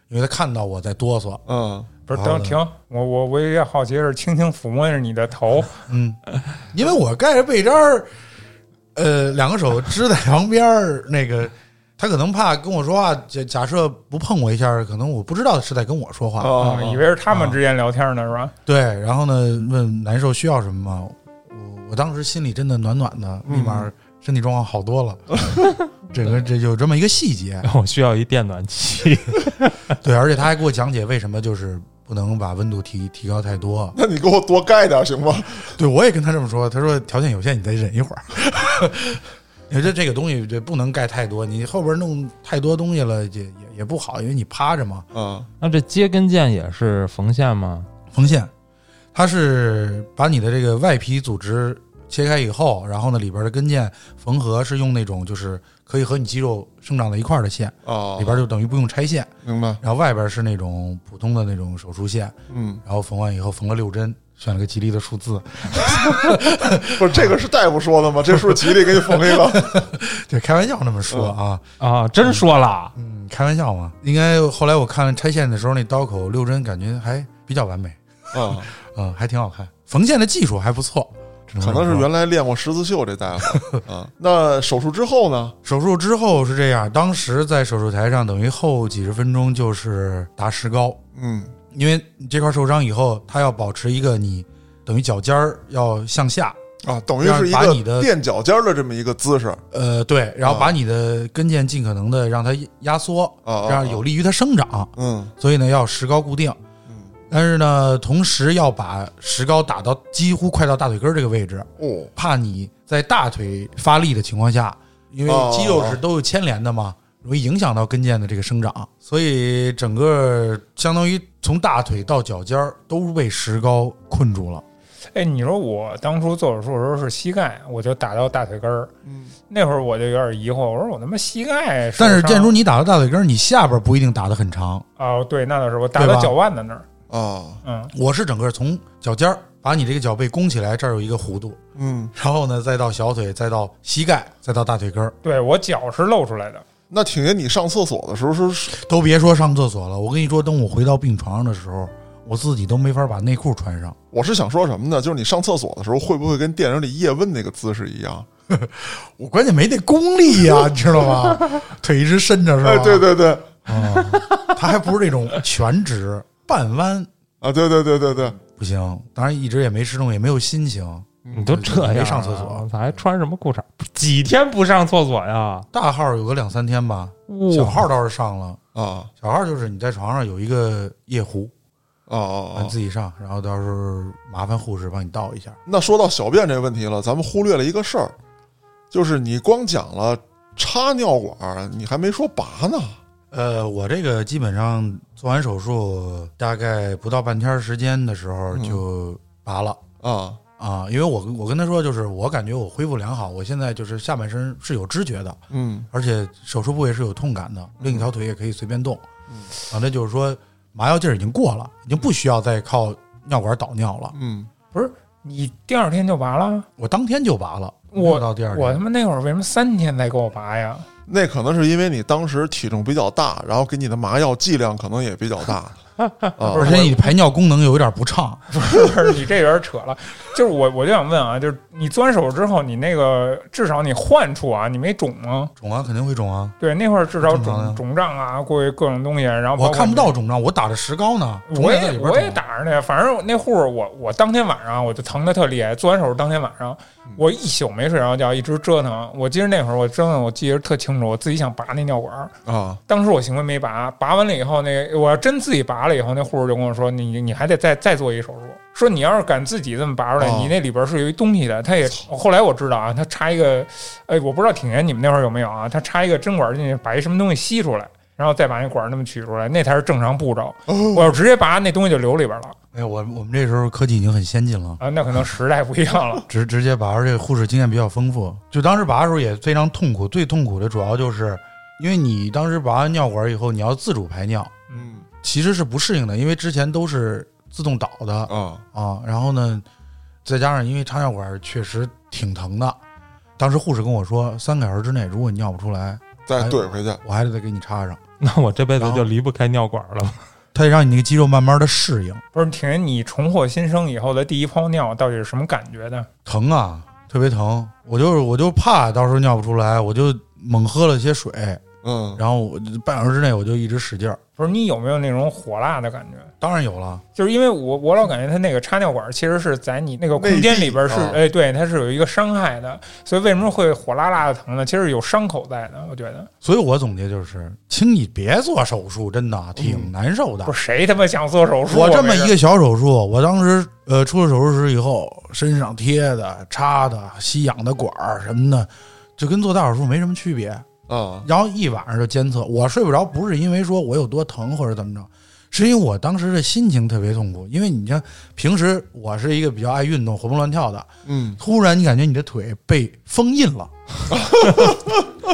因为他看到我在哆嗦，嗯，不是等停，我我我也好奇是轻轻抚摸着你的 头，嗯，因为我盖着被罩儿，呃，两个手支在旁边儿，那个他可能怕跟我说话，假假设不碰我一下儿，可能我不知道是在跟我说话。啊嗯，以为是他们之间聊天呢，是吧？对，然后呢，问难受需要什么吗？我我当时心里真的暖暖的，立马身体状况好多了。整个这有这么一个细节，我需要一电暖气， 对，而且他还给我讲解为什么就是不能把温度提提高太多。那你给我多盖点行吗？对，我也跟他这么说，他说条件有限，你再忍一会儿。 你这这个东西这不能盖太多，你后边弄太多东西了也也也不好，因为你趴着嘛。啊，那这接跟腱也是缝线吗？缝线，它是把你的这个外皮组织切开以后，然后呢里边的跟腱缝合是用那种就是可以和你肌肉生长在一块儿的线，哦，里边就等于不用拆线，明白，然后外边是那种普通的那种手术线，嗯，然后缝完以后缝了六针，选了个吉利的数字，不是这个是大夫说的吗？这是不是吉利给你缝一个？ 啊对，开玩笑那么说啊。啊，真说了，嗯，开玩笑嘛。应该后来我看拆线的时候，那刀口六针感觉还比较完美，啊，嗯，还挺好看。缝线的技术还不错，只可能这么是说原来练过十字绣这大夫啊。那手术之后呢？嗯手术之后是这样。当时在手术台上，等于后几十分钟就是打石膏，嗯，因为你这块受伤以后，它要保持一个你等于脚尖儿要向下，啊，等于是一让把你个的垫脚尖儿的这么一个姿势呃，对，然后啊把你的跟腱尽可能的让它压缩，啊，这样有利于它生长。嗯所以呢要石膏固定。嗯，但是呢，同时要把石膏打到几乎快到大腿根儿这个位置，哦，怕你在大腿发力的情况下，因为肌肉是都有牵连的嘛，容易影响到跟腱的这个生长，所以整个相当于从大腿到脚尖儿都被石膏困住了。哎，你说我当初做手术的时候是膝盖，我就打到大腿根儿，嗯，那会儿我就有点疑惑，我说我他妈膝盖受伤，但是建叔，你打到大腿根儿，你下边儿不一定打得很长，哦，对，那倒是我打对到吧脚腕子那儿，啊，嗯，我是整个从脚尖儿把你这个脚背弓起来，这儿有一个弧度，嗯，然后呢再到小腿，再到膝盖，再到大腿根儿。对我脚是露出来的，那挺爷，你上厕所的时候是都别说上厕所了，我跟你说，等我回到病床上的时候，我自己都没法把内裤穿上。我是想说什么呢？就是你上厕所的时候，会不会跟电影里叶问那个姿势一样？我关键没那功力呀、你知道吗？腿一直伸着是吧？哎，对对对，啊，他还不是那种全直半弯，啊，对对对对对，不行。当然一直也没吃东西，也没有心情。你都这样嗯没上厕所，他还穿什么裤衩？几天不上厕所呀？ 大号有个两三天吧，小哇，号倒是上了。啊小号就是你在床上有一个夜壶，啊啊你啊！自己上，然后到时候麻烦护士帮你倒一下。那说到小便这个问题了，咱们忽略了一个事儿，就是你光讲了插尿管，你还没说拔呢。呃，我这个基本上做完手术大概不到半天儿时间的时候嗯就拔了、啊啊，因为我跟我跟他说，就是我感觉我恢复良好，我现在就是下半身是有知觉的，嗯而且手术部位是有痛感的，嗯另一条腿也可以随便动，反正就是说麻药劲儿已经过了，已经不需要再靠尿管导尿了，嗯，不是你第二天就拔了，我当天就拔了，没有我到第二我他天，妈那会儿为什么三天才给我拔呀？那可能是因为你当时体重比较大，然后给你的麻药剂量可能也比较大。啊而且你排尿功能有一点不畅，不是你这有点扯了，就是我我就想问啊，就是你钻手之后，你那个至少你患处啊，你没肿吗？肿啊肯定会肿啊。对，那会儿至少正常呀肿肿胀啊，过于各种东西，然后包括我看不到肿胀，我打着石膏呢，肿我也在里也边肿。我也打着那，反正那户儿我我当天晚上我就疼的特厉害，做完手术当天晚上嗯我一宿没睡着觉，一直折腾。我记得那会儿我真的我记得特清楚，我自己想拔那尿管儿，啊当时我行为没拔，拔完了以后那我要真自己拔了以后，那护士就跟我说你你还得再再做一手术，说你要是敢自己这么拔出来，哦你那里边是有一东西的。他也后来我知道啊，他插一个，哎，我不知道挺爷你们那会儿有没有啊？他插一个针管进去，把一什么东西吸出来。然后再把那管儿那么取出来，那才是正常步骤。我要直接拔，那东西就流里边了。哎，我我们这时候科技已经很先进了，。啊，那可能时代不一样了 直直接拔，而且护士经验比较丰富。就当时拔的时候也非常痛苦，最痛苦的主要就是因为你当时拔完尿管以后，你要自主排尿，嗯其实是不适应的，因为之前都是自动导的啊啊。然后呢，再加上因为插尿管确实挺疼的，当时护士跟我说，三个小时之内如果你尿不出来，再怼回去我还得再给你插上，那我这辈子就离不开尿管了。它得让你那个肌肉慢慢的适应。不是，挺爷，你重获新生以后的第一泡尿到底是什么感觉呢？疼啊，特别疼。我就是我就怕到时候尿不出来，我就猛喝了些水，嗯然后我就半小时之内我就一直使劲儿。不是，你有没有那种火辣的感觉？当然有了，就是因为我我老感觉它那个插尿管其实是在你那个空间里边是内壁啊哎对，它是有一个伤害的，所以为什么会火辣辣的疼呢？其实有伤口在的，我觉得所以我总结就是，请你别做手术，真的挺难受的。嗯不是谁他妈想做手术啊，我这么没一事个小手术，我当时呃出了手术室以后，身上贴的、插的、吸氧的管儿什么的，就跟做大手术没什么区别。啊然后一晚上就监测，我睡不着，不是因为说我有多疼或者怎么着，是因为我当时的心情特别痛苦。因为你像平时我是一个比较爱运动、活蹦乱跳的，嗯突然你感觉你的腿被封印了，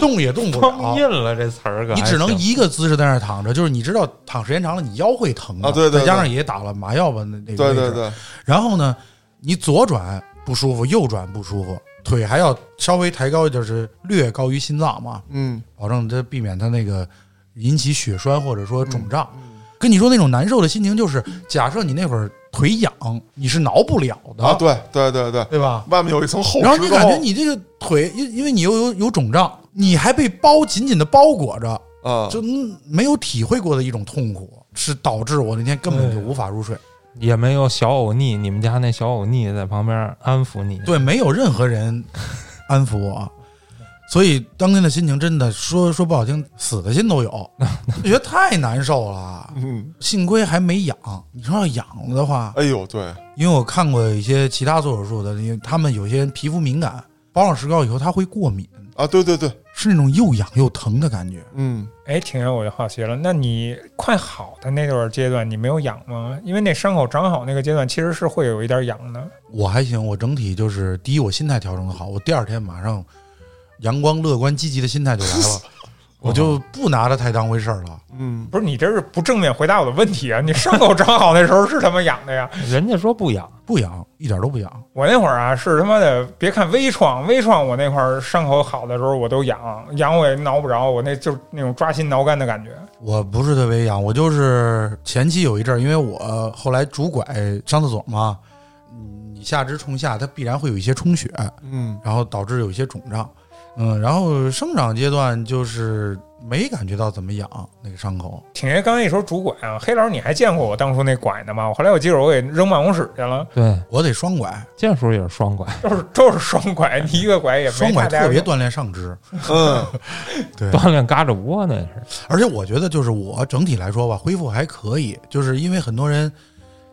动也动不封了，印了这词儿，可你还只能行一个姿势在那儿躺着，就是你知道躺时间长了你腰会疼的啊对对对再加上也打了麻药吧那那个对位置对对然后呢，你左转不舒服，右转不舒服，腿还要稍微抬高，就是略高于心脏嘛，嗯保证它避免它那个引起血栓或者说肿胀。嗯跟你说那种难受的心情，就是假设你那会儿腿痒，你是挠不了的，啊对对对对，对吧？外面有一层厚 然后石你膏感觉你这个腿，因因为你又有有肿胀，你还被包紧紧的包裹着，啊就嗯没有体会过的一种痛苦，是导致我那天根本就无法入睡。也没有小欧尼，你们家那小欧尼在旁边安抚你。对，没有任何人安抚我，所以当天的心情真的说说不好听，死的心都有，觉得太难受了。嗯幸亏还没痒，你说要痒了的话，哎呦对因为我看过一些其他做手术的，因为他们有些人皮肤敏感，包上石膏以后他会过敏，啊对对对是那种又痒又疼的感觉。嗯哎，挺爷，我就好奇了，那你快好的那段阶段，你没有痒吗？因为那伤口长好那个阶段，其实是会有一点痒的。我还行，我整体就是第一，我心态调整的好，我第二天马上阳光、乐观、积极的心态就来了，我就不拿它太当回事儿了。嗯不是你这是不正面回答我的问题啊！你伤口长好那时候是他妈痒的呀，人家说不养，不痒，一点都不痒。我那会儿啊，是他妈的，别看微创，微创我那块儿伤口好的时候我都痒，痒我也挠不着，我那就是那种抓心挠肝的感觉。我不是特别痒，我就是前期有一阵儿，因为我后来拄拐上厕所嘛，嗯你下肢冲下，它必然会有一些充血，嗯然后导致有一些肿胀。嗯，然后生长阶段就是没感觉到怎么痒那个伤口，挺爷刚才一说拄拐啊，黑老师你还见过我当初那拐呢吗？我后来我记着我给扔办公室去了，对，我得双拐，剑叔也是双拐，都是都是双拐，你一个拐也没双拐大家特别锻炼上肢。嗯 对锻炼嘎着窝那是。而且我觉得就是我整体来说吧，恢复还可以，就是因为很多人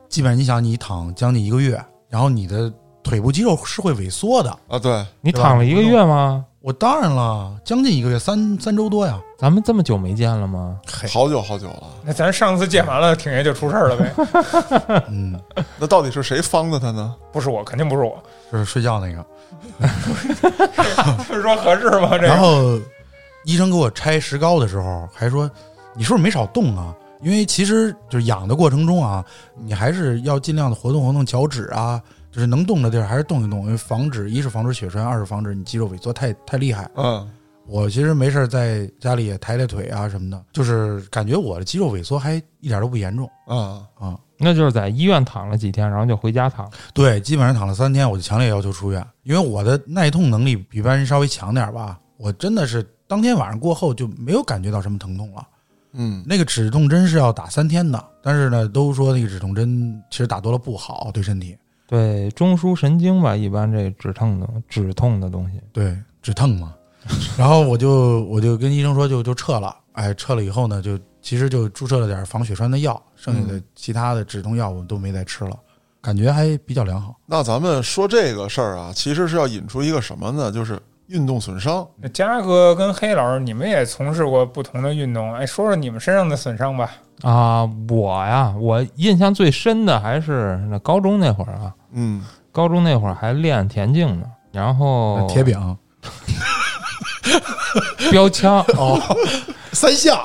基本上你想你躺将近一个月，然后你的腿部肌肉是会萎缩的。啊对你对吧躺了一个月吗？我当然了，将近一个月，三三周多呀。咱们这么久没见了吗？哎好久好久了，那咱上次见完了，挺爷就出事儿了 呗？嗯，那到底是谁方的他呢？不是我，肯定不是我。 就是睡觉那个。是说合适吗？这然个后医生给我拆石膏的时候，还说你是不是没少动啊？因为其实就是养的过程中啊，你还是要尽量的活动活动脚趾啊，就是能动的地儿还是动一动，因为防止一是防止血栓，二是防止你肌肉萎缩太太厉害。嗯我其实没事儿在家里也抬抬腿啊什么的，就是感觉我的肌肉萎缩还一点都不严重啊，啊。那就是在医院躺了几天，然后就回家躺。对，基本上躺了三天，我就强烈要求出院，因为我的耐痛能力比一般人稍微强点儿吧。我真的是当天晚上过后就没有感觉到什么疼痛了。嗯，那个止痛针是要打三天的，但是呢，都说那个止痛针其实打多了不好对身体，对中枢神经吧，一般这止痛的止痛的东西，对止疼嘛。 然后我就我就跟医生说就就撤了，哎，撤了以后呢，就其实就注射了点防血栓的药，剩下的其他的止痛药我都没再吃了，感觉还比较良好。那咱们说这个事儿啊，其实是要引出一个什么呢？就是运动损伤。那嘉哥跟黑老师，你们也从事过不同的运动，哎，说说你们身上的损伤吧。 啊，我呀，我印象最深的还是那高中那会儿啊，嗯，高中那会儿还练田径呢，然后铁饼标枪、 哦，三项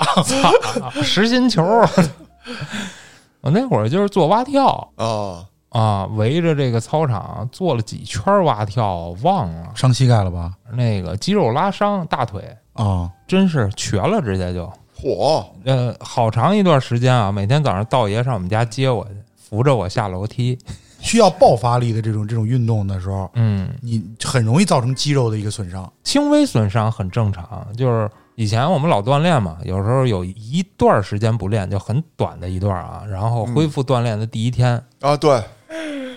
实心球。 我那会儿就是做蛙跳啊，啊，围着这个操场做了几圈蛙跳，忘了伤膝盖了吧？那个肌肉拉伤，大腿啊、真是瘸了，直接就嚯，呃，好长一段时间啊，每天早上道爷上我们家接我去，扶着我下楼梯。需要爆发力的这种这种运动的时候，嗯，你很容易造成肌肉的一个损伤。轻微损伤很正常，就是以前我们老锻炼嘛，有时候有一段时间不练，就很短的一段啊，然后嗯恢复锻炼的第一天、啊，对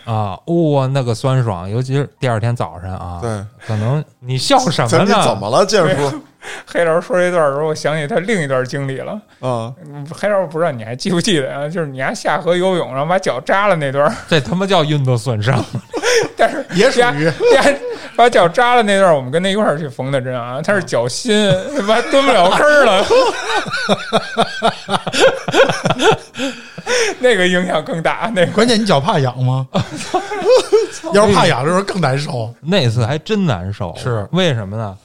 啊，哇、那个酸爽，尤其是第二天早晨啊，对，可能你笑什咱么你呢？怎么了，建叔黑老师说这段的时候，我想起他另一段经历了。啊？嗯黑老师不知道你还记不记得啊？就是你还下河游泳，然后把脚扎了那段儿，这他妈叫运动损伤？ 但是 也属于你还把脚扎了那段儿，我们跟他一块儿去缝的针啊，他是脚心，他妈蹲不了坑儿了。 那个影响更大，那个关键，你脚怕痒吗？要是怕痒的时候更难受。那次还真难受，是为什么呢？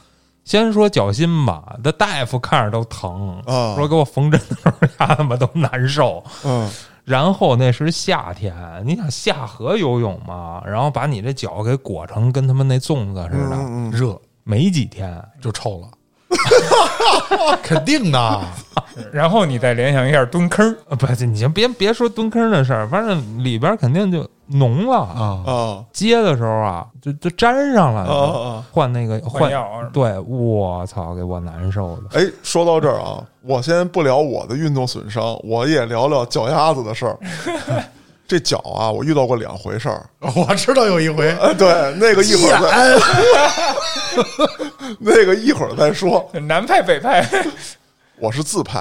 先说脚心吧，那大夫看着都疼，啊说给我缝针的时候， 他他妈都难受。嗯，然后那是夏天，你想下河游泳嘛，然后把你这脚给裹成跟他们那粽子似的，嗯嗯热没几天。 就臭了， 肯定的。啊然后你再联想一下蹲坑儿，呃不，你先别别说蹲坑的事儿，反正里边肯定就脓了。啊嗯，啊接的时候啊，就就粘上了，啊啊！换那个换药啊对，我操，给我难受的。 哎，说到这儿啊，我先不聊我的运动损伤，我也聊聊脚丫子的事儿。 这脚啊，我遇到过两回事儿。我知道有一回哎，对，那个一会儿再， 那个一会儿再说。南派北派，我是自拍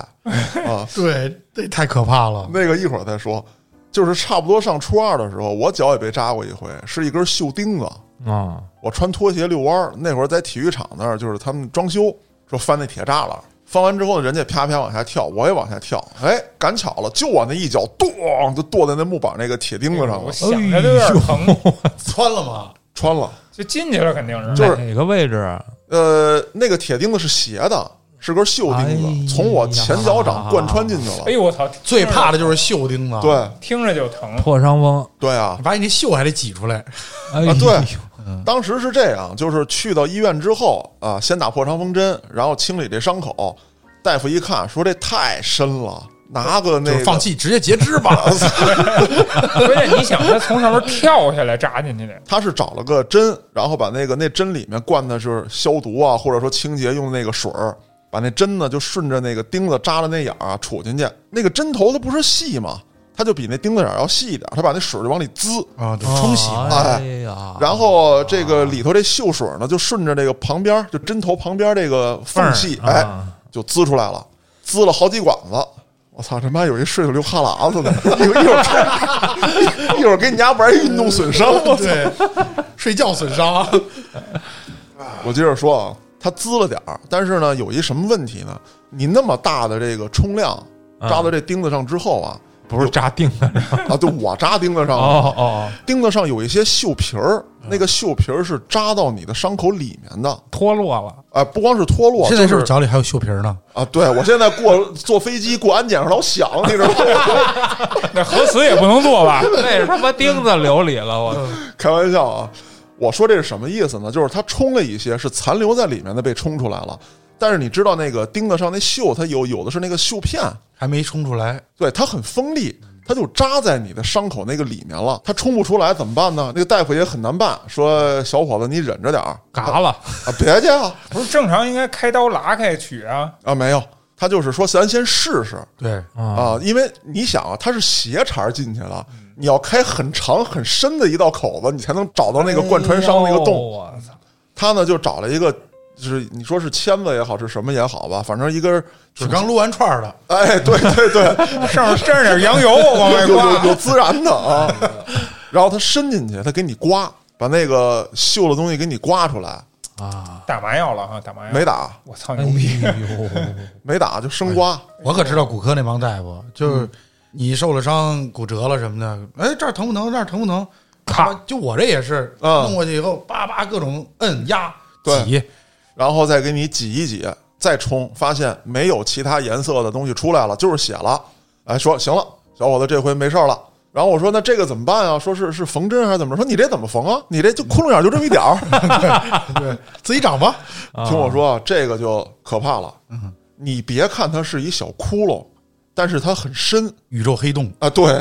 啊，对，这太可怕了。那个一会儿再说。就是差不多上初二的时候，我脚也被扎过一回，是一根锈钉子。啊、我穿拖鞋遛弯儿，那会儿在体育场那儿，就是他们装修，说翻那铁栅栏，翻完之后呢，人家啪啪往下跳，我也往下跳，哎，赶巧了，就我那一脚，咚就跺在那木板那个铁钉子上我了，想着都有点疼，穿了吗？穿了。就进去了，肯定是。就是哪个位置啊？呃，那个铁钉子是斜的，是根锈钉子，哎呀从我前脚掌贯穿进去了。哎呦我操！最怕的的就是锈钉子。，对听着就疼，破伤风。对啊，把你那锈还得挤出来。哎呦、啊对嗯当时是这样，就是去到医院之后啊，先打破伤风针，然后清理这伤口。大夫一看，说这太深了，拿个那就个是放弃，直接截肢吧。关键你想他从上面跳下来扎进去的，他是找了个针，然后把那个那针里面灌的是消毒啊，或者说清洁用那个水儿，把那针呢就顺着那个钉子扎的那眼儿啊杵进去。那个针头它不是细吗？它就比那钉子眼儿要细一点，他把那水儿就往里滋。 啊，对，冲洗嘛。哎呀，然后这个里头这锈水呢，就顺着这个旁边儿，就针头旁边儿这个缝隙，缝儿哎啊，就滋出来了，滋了好几管子。我操，这妈有一睡得流哈喇子的， 一会儿一会儿看一会儿给你家玩运动损伤。我操 对，睡觉损 伤。我接着说啊，它滋了点儿，但是呢，有一什么问题呢？你那么大的这个冲量嗯扎到这钉子上之后啊，不是扎钉子是吧？啊，对我扎钉子上了，哦哦，钉子上有一些锈皮儿，那个锈皮儿是扎到你的伤口里面的。脱落了。哎，不光是脱落，现在是就不是是脚里还有锈皮儿呢？啊？对，我现在过坐飞机过安检上老响，你知道吗？ 那核磁也不能做吧？ 那他妈钉子流里了，我开玩笑啊！我说这是什么意思呢？就是它冲了一些，是残留在里面的被冲出来了，但是你知道那个钉子上那锈，它有有的是那个锈片，还没冲出来，对，它很锋利，它就扎在你的伤口那个里面了，它冲不出来怎么办呢？那个大夫也很难办，说小伙子你忍着点儿嘎了，啊，别介啊 不是正常应该开刀拉开取啊？啊，没有，他就是说咱先试试对，啊，啊，因为你想啊，它是斜茬儿进去了，你要开很长很深的一道口子，你才能找到那个贯穿伤那个哎呦洞。我操！他呢就找了一个，就是你说是签子也好，是什么也好吧，反正一根儿，就是刚撸完串儿的，哎，对对对，上面沾点羊油往外 有有有挂，孜然的啊。 然后他伸进去，他给你刮，把那个锈的东西给你刮出来。打麻药了哈，打麻药没。打，我操哎牛逼！呦，没打就生刮。我可知道骨科那帮大夫，就是你受了伤、骨折了什么的，哎，这儿疼不疼？那儿疼不疼？咔，就我这也是，嗯弄过去以后，叭叭各种摁压对挤，然后再给你挤一挤，再冲，发现没有其他颜色的东西出来了，就是血了。哎，说行了，小伙子这回没事儿了。然后我说那这个怎么办啊？说是是缝针还是怎么着？说你这怎么缝啊？你这就窟窿眼儿就这么一点儿。 对自己长吧。 嗯听我说，啊这个就可怕了。你别看它是一小窟窿，但是它很深宇宙黑 洞，啊。对，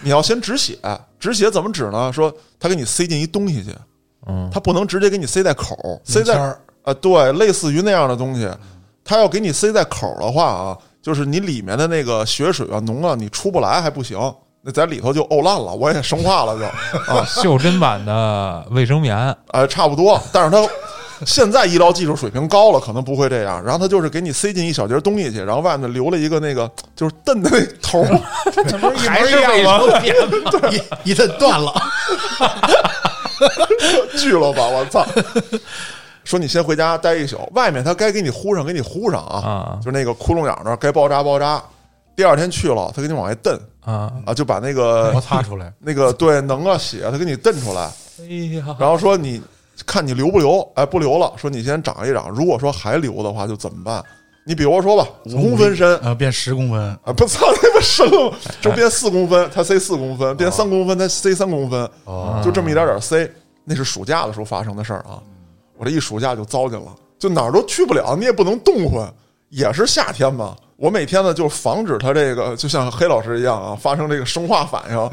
你要先止血，止血怎么止呢？说他给你塞进一东西去，嗯，他不能直接给你塞在口儿，塞在棉签儿啊，对，类似于那样的东西，它要给你塞在口儿的话啊，就是你里面的那个血水啊浓了，你出不来还不行，那在里头就沤烂了，我也生化了就啊，袖珍版的卫生棉，哎，差不多。但是它现在医疗技术水平高了，可能不会这样。然后它就是给你塞进一小截东西去，然后外面留了一个那个就是蹬的那头儿，这不是哎一模还一是卫样吗？生棉，一一阵断了， 锯了吧，我操！说你先回家待一宿，外面它该给你糊上，给你糊上啊，啊就是那个窟窿眼儿那儿该包扎包扎。第二天去了，他给你往外蹬，啊，啊，就把那个摩擦出来。那个对能啊血，他给你瞪出来，哎呀，然后说你看你留不留？哎，不留了，说你先长一长。如果说还留的话，就怎么办？你比如说吧，五公分深啊，变十公分，啊，不操那么深了，就变四公分，他塞四公分，变三公分，他塞三公分，就这么一点点塞。那是暑假的时候发生的事儿啊，我这一暑假就糟践了，就哪儿都去不了，你也不能动换，也是夏天嘛。我每天呢就防止它这个，就像黑老师一样啊，发生这个生化反应。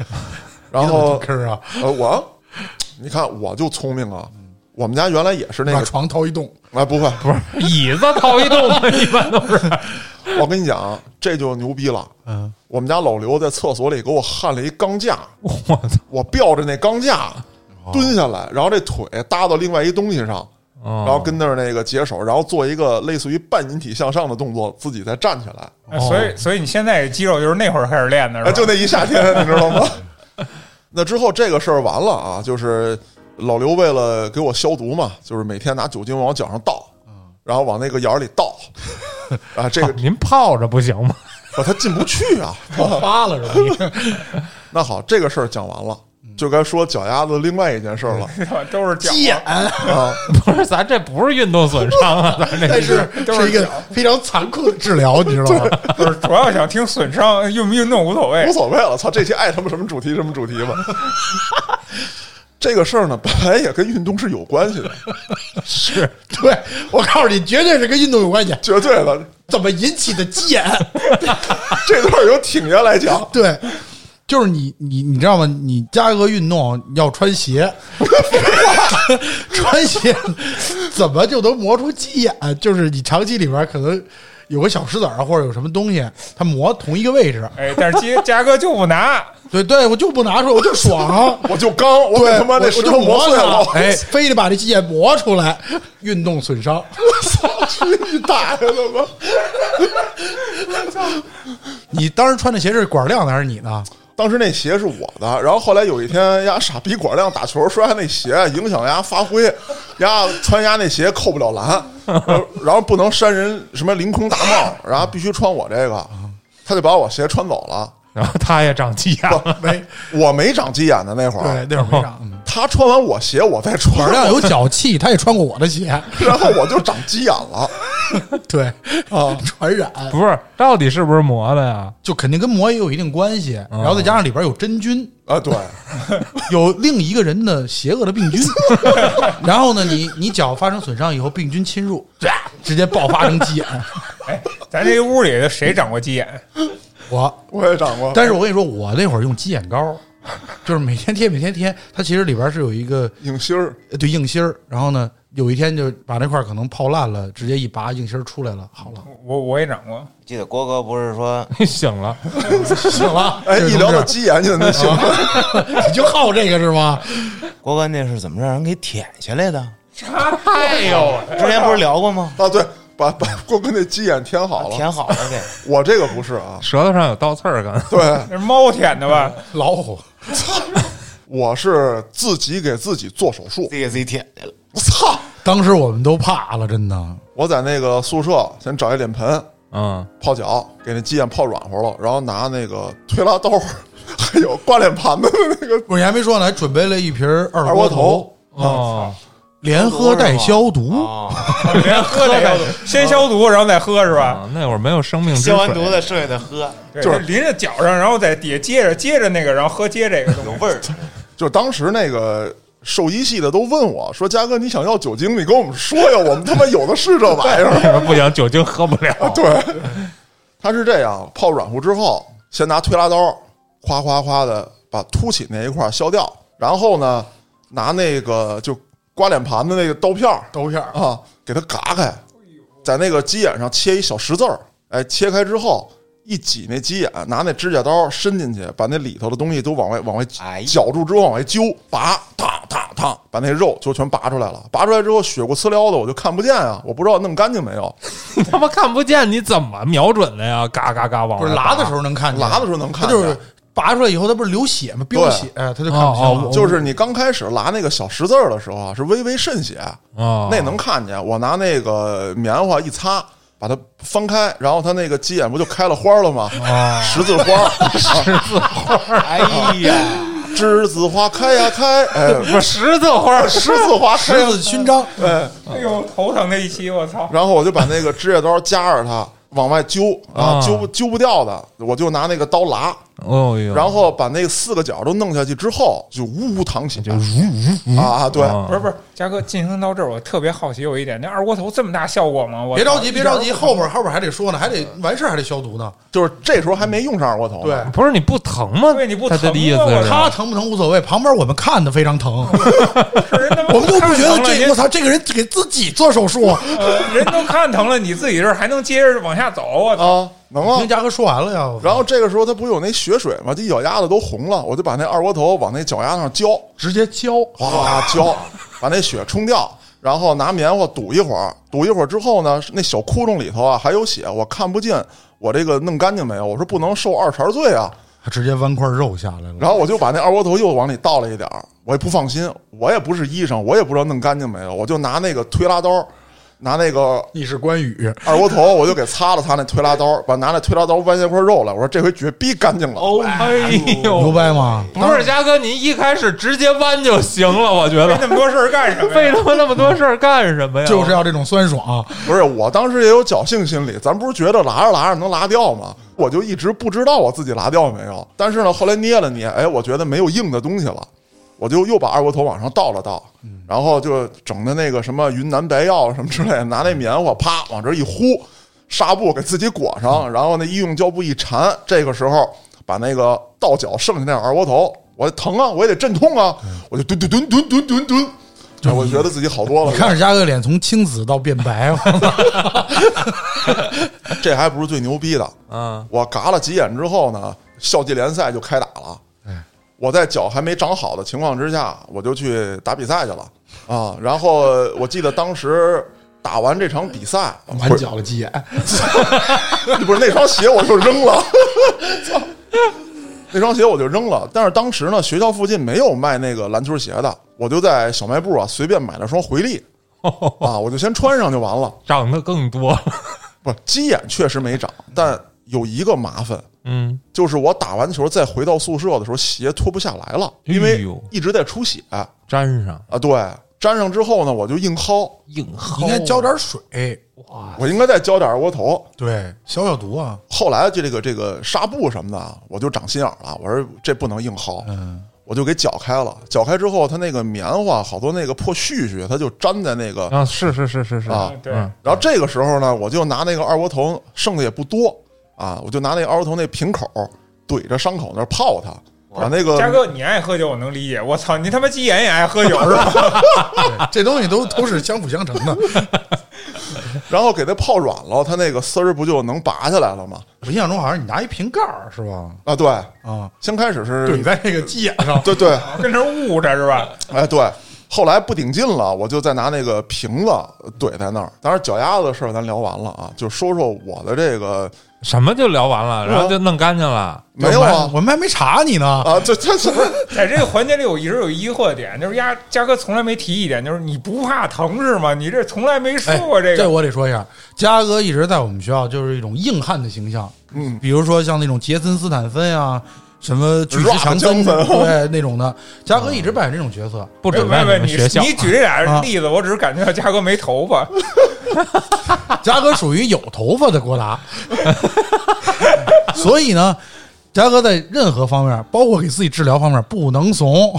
然后坑啊，呃，我，你看我就聪明啊！我们家原来也是那把个，床掏一洞，哎，不会，不是，椅子掏一 洞，一般都是我跟你讲啊，这就牛逼了。嗯，我们家老刘在厕所里给我焊了一钢架，我操，我吊着那钢架蹲下来，然后这腿搭到另外一东西上，然然后跟那儿那个解手，然后做一个类似于半引体向上的动作，自己再站起来。哎所哦以，所以你现在肌肉就是那会儿开始练的，是吧？哎，就那一夏天， 你知道吗？那之后这个事儿完了啊，就是老刘为了给我消毒嘛，就是每天拿酒精往我脚上倒，然后往那个眼儿里倒，啊，这个您泡着不行 吗？把它进不去啊。发了容易。那好，这个事儿讲完了，就该说脚丫子另外一件事儿了 都是脚鸡眼， 啊。不是，咱这不是运动损伤 啊，咱这但是都是是一个非常残酷的治疗，你知道吗？不是主要想听损伤，运不运动无所谓无。所谓了，操，这期爱他妈什么主题什么主题吧。 这个事儿呢，本来也跟运动是有关系的，是对，我告诉你，绝对是跟运动有关系。绝对的。怎么引起的鸡眼？这段由挺爷来讲，对，就是你你你知道吗？你加个运动要穿鞋， 穿鞋怎么就能磨出鸡眼？就是你长期里边可能有个小石子儿啊或者有什么东西，它磨同一个位置。哎，但是鸡嘉哥就不拿，对对，我就不拿出来，我就爽。我就刚，我给对，他妈那哎我石我头就磨磨碎它了，哎， 非得把这鸡眼磨出来，运动损伤。 你打呀，他妈！你当时穿的鞋是管亮的还是你的？当时那鞋是我的，然后后来有一天，丫傻逼管亮打球摔那鞋，啊影响丫发挥，丫穿丫那鞋扣不了篮，然后然后不能扇人什么凌空大帽，然后必须穿我这个，他就把我鞋穿走了。然后他也长鸡眼了，没，哦我没长鸡眼的那会 对儿，，那会儿没长。他穿完我鞋，我再穿 管，亮有脚气，他也穿过我的鞋。 然后我就长鸡眼了。对啊， 传染不是？到底是不是磨的呀？ 哦就肯定跟膜也有一定关系，然后再加上里边有真菌，啊，对，有另一个人的邪恶的病 菌，然后呢，你你脚发生损伤以后，病菌侵入，直接爆发成鸡眼。哎，咱这屋里的谁长过鸡眼？我，我也长过，但是我跟你说，我那会儿用鸡眼膏，就是每天贴，每天贴，它其实里边是有一个影星儿呃对硬芯儿，然后呢，有一天就把那块儿可能泡烂了，直接一拔，硬芯儿出来了，好了，我我也长过，记得郭哥不是说醒了，醒了。哎，一聊到鸡眼就能醒。 你就好这个是吗？郭哥那是怎么让人给舔下来的？哎呦，之前不是聊过吗？啊，对，把把郭哥那鸡眼填啊好了。舔好了给。我这个不是啊，舌头上有倒刺儿感。对，那是猫舔的吧？老虎，我是自己给自己做手术自。己给自己舔去了。我操！当时我们都怕了，真的。我在那个宿舍先找一脸盆 嗯，泡脚，给那鸡眼泡软和了，然后拿那个推拉刀， 还有刮脸盘子的那个不是你还没说呢，还准备了一瓶儿二二锅锅头，哦，连喝带消毒。啊哦， 连喝的消毒，先消毒，然后再喝是吧？啊那会儿没有生命之水，消完毒的剩下的喝，对就是淋着脚上，然后在底下接着接着那个，然后喝接这个东西。味儿。就当时那个兽医系的都问我说：“嘉哥，你想要酒精，你跟我们说呀，我们他妈有的是这玩意 儿。不行，酒精喝不了。”啊对，他是这样，泡软乎之后，先拿推拉刀，夸夸夸的把凸起那一块儿削掉，然后呢，拿那个就刮脸盘的那个刀片儿刀片儿啊，给它嘎开，在那个鸡眼上切一小十字儿，哎，切开之后。一挤那鸡眼，拿那指甲刀伸进去，把那里头的东西都往外往外哎呀绞住之后往外揪，拔，烫烫烫，把那肉就全拔出来了。拔出来之后，血过呲撩的，我就看不见啊，我不知道弄干净没有。你 他妈看不见，你怎么瞄准的呀？嘎嘎嘎往不是拉拉的时候能看见，拉的时候能看它见就是拔出来以后，它不是流血吗？飙对血，它就看不清了哦哦。就是你刚开始拉那个小十字儿的时候啊，是微微渗血，啊，那能看见。我拿那个棉花一擦，把它翻开，然后它那个鸡眼不就开了花了吗？十字花，啊 哎呀， 栀子花开呀开，哎，不是十字花儿，十字花开呀十字勋章，哎。哎呦，头疼的一期，我操！然后我就把那个指甲刀夹着它往外揪啊，啊揪不揪不掉的，我就拿那个刀拉，哦呦，然后把那四个角都弄下去之后，就呜呜淌血就如如如啊！对，啊不是不是，嘉哥进行到这儿，我特别好奇有一点，那二锅头这么大效果吗？我别着急，操别着急，后边后边还得说呢，还得完事儿还得消毒呢。就是这时候还没用上二锅头呢，对，不是你不疼吗？对你不他的疼吗意思我是，他疼不疼无所谓，旁边我们看的非常 疼，是人他妈 我们都不觉得这我看疼了操，这个人给自己做手术。您呃人都看疼了，你自己这儿还能接着往下走，我操！啊，能啊听。嘉哥说完了呀，然后这个时候他不有那血水吗？这一脚丫子都红了，我就把那二锅头往那脚丫子上浇，直接浇，哗浇，把那血冲掉，然后拿棉花堵一会儿，堵一会儿之后呢，那小窟窿里头啊还有血，我看不见，我这个弄干净没有？我说不能受二茬罪啊。直接弯块肉下来了。然后我就把那二锅头又往里倒了一点儿，我也不放心，我也不是医生，我也不知道弄干净没有，我就拿那个推拉刀，拿那个你是关羽，二锅头，我就给擦了擦那推拉刀，把拿那推拉刀弯下块肉来，我说这回绝逼干净了。哦，哎牛呦，掰吗？不是嘉哥，您一开始直接弯就行了，我觉费得那么多事儿干 什么 费呀？他妈那么多事儿干什么呀？就是要这种酸爽。啊不是，我当时也有侥幸心理，咱不是觉得拉着拉着能拉掉吗？我就一直不知道我自己拉掉没有。但是呢，后来捏了捏，哎，我觉得没有硬的东西了，我就又把二锅头往上倒了倒，然后就整的那个什么云南白药什么之类的，拿那棉花啪往这一呼，纱布给自己裹上，然后那医用胶布一缠，这个时候把那个倒脚剩下那二锅头，我疼啊，我也得镇痛啊，我就蹲蹲蹲蹲蹲蹲蹲，哎我觉得自己好多了 你。看着嘉哥脸从青紫到变白，啊这还不是最牛逼的，嗯，我嘎了几眼之后呢，校际联赛就开打了。我在脚还没长好的情况之下，我就去打比赛去了啊。然后我记得当时打完这场比赛，满脚的鸡眼。不是那双鞋我就扔了， 操那双鞋我就扔了。但是当时呢，学校附近没有卖那个篮球鞋的，我就在小卖部啊随便买了双回力啊，我就先穿上就完了。 长得更多了，不是鸡眼确实没长，但有一个麻烦，嗯，就是我打完球再回到宿舍的时候，鞋脱不下来了，哎呦因为一直在出血啊。粘上对，粘上之后呢，我就硬薅，硬薅，啊应该浇点水，我应该再浇点二锅头。哎对，消消毒啊。啊嗯后来这个这个纱布什么的，我就长心眼儿了，我说这不能硬薅，我就给绞开了。绞开之后，它那个棉花好多那个破絮絮，它就粘在那个。啊，是是是是是啊对嗯然后这个时候呢，我就拿那个二锅头，剩的也不多啊，我就拿那个二锅头那瓶口怼着伤口那儿泡它，把那个嘉哥，你爱喝酒，我能理解。我操，你他妈鸡眼也爱喝酒是吧？ 对啊这东西都都是相辅相成的。 然后给它泡软了，它那个丝儿不就能拔下来了吗？我印象中好像你拿一瓶盖儿是吧？啊，对，啊，先开始是怼在那个鸡眼上， 对对，跟这儿捂着是吧？哎对，后来不顶劲了，我就再拿那个瓶子怼在那儿。当然脚丫子的事儿咱聊完了啊，就说说我的这个什么就聊完了，然后就弄干净了。没有我啊们我们还没查你呢。 啊，这这是在这个环节里，我一直有疑惑点，就是丫嘉哥从来没提一点，就是你不怕疼是吗？你这从来没说哎，过这个。我得说一下，嘉哥一直在我们学校就是一种硬汉的形象，嗯， 比如说像那种杰森斯坦森啊，什么巨石 Rock 强森， Johnson 对那种的，嘉哥一直扮演这种角 色。不止哎在喂喂们你学校，你举这啊俩例子，我只是感觉到嘉哥没 头发，嘉哥属于有头发的郭达， 所以呢，嘉哥在任何方面，包括给自己治疗方面，不能怂。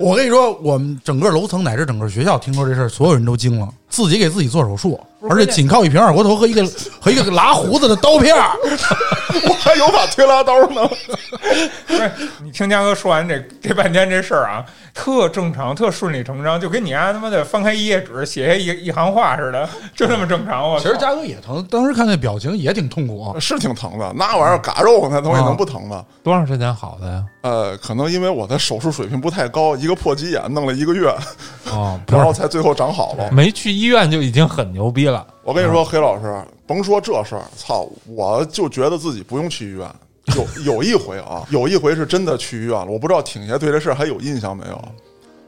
我跟你说，我们整个楼层乃至整个学校听说这事儿，所有人都惊了，自己给自己做手术，而且仅靠一瓶二锅头和一个和 一个拉胡子的刀片儿。我还有把推拉刀呢。 不是哎你听嘉哥说完这这半天这事儿啊，特正常，特顺理成章，就跟你丫、他妈的翻开一页纸写下一一行话似的，就那么正常。我其实操嘉哥也疼，当时看那表情也挺痛 苦。是挺疼的，那玩意儿嘎肉那东西能不疼吗？ 多长时间好的呀？呃，可能因为我的手术水平不太高，一个破鸡眼弄了一个月， 哦，不然后是，才最后长好了。没去医院就已经很牛逼了。 我跟你说，黑老师，甭说这事儿，操，我就觉得自己不用去医院。有有一回啊，有一回是真的去医院了，我不知道挺爷对这事儿还有印象没有？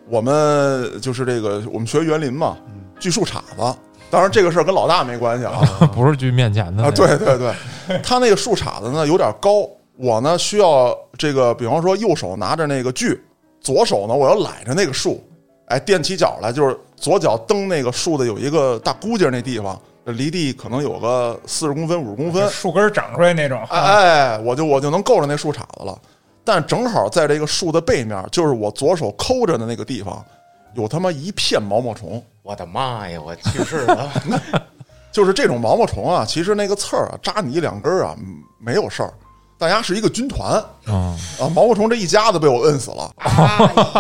我们就是这个，我们学园林嘛，锯树杈子。当然，这个事儿跟老大没关系啊，不是去面前的那啊，个对对对，他那个树杈子呢有点高，我呢需要这个，比方说右手拿着那个锯，左手呢我要揽着那个树，哎，垫起脚来，就是左脚蹬那个树的有一个大箍劲儿那地方，离地可能有个四十公分、五十公分就，树根儿长出来那 种，哎哎，我就我就能够着那树杈子了。但正好在这个树的背面，就是我左手抠着的那个地方，有他妈一片毛毛虫。我的妈呀！我去世 了，就是这种毛毛虫啊，其实那个刺儿啊扎你一两根儿啊嗯没有事儿，大家是一个军团啊，嗯，毛毛虫这一家子被我摁死了。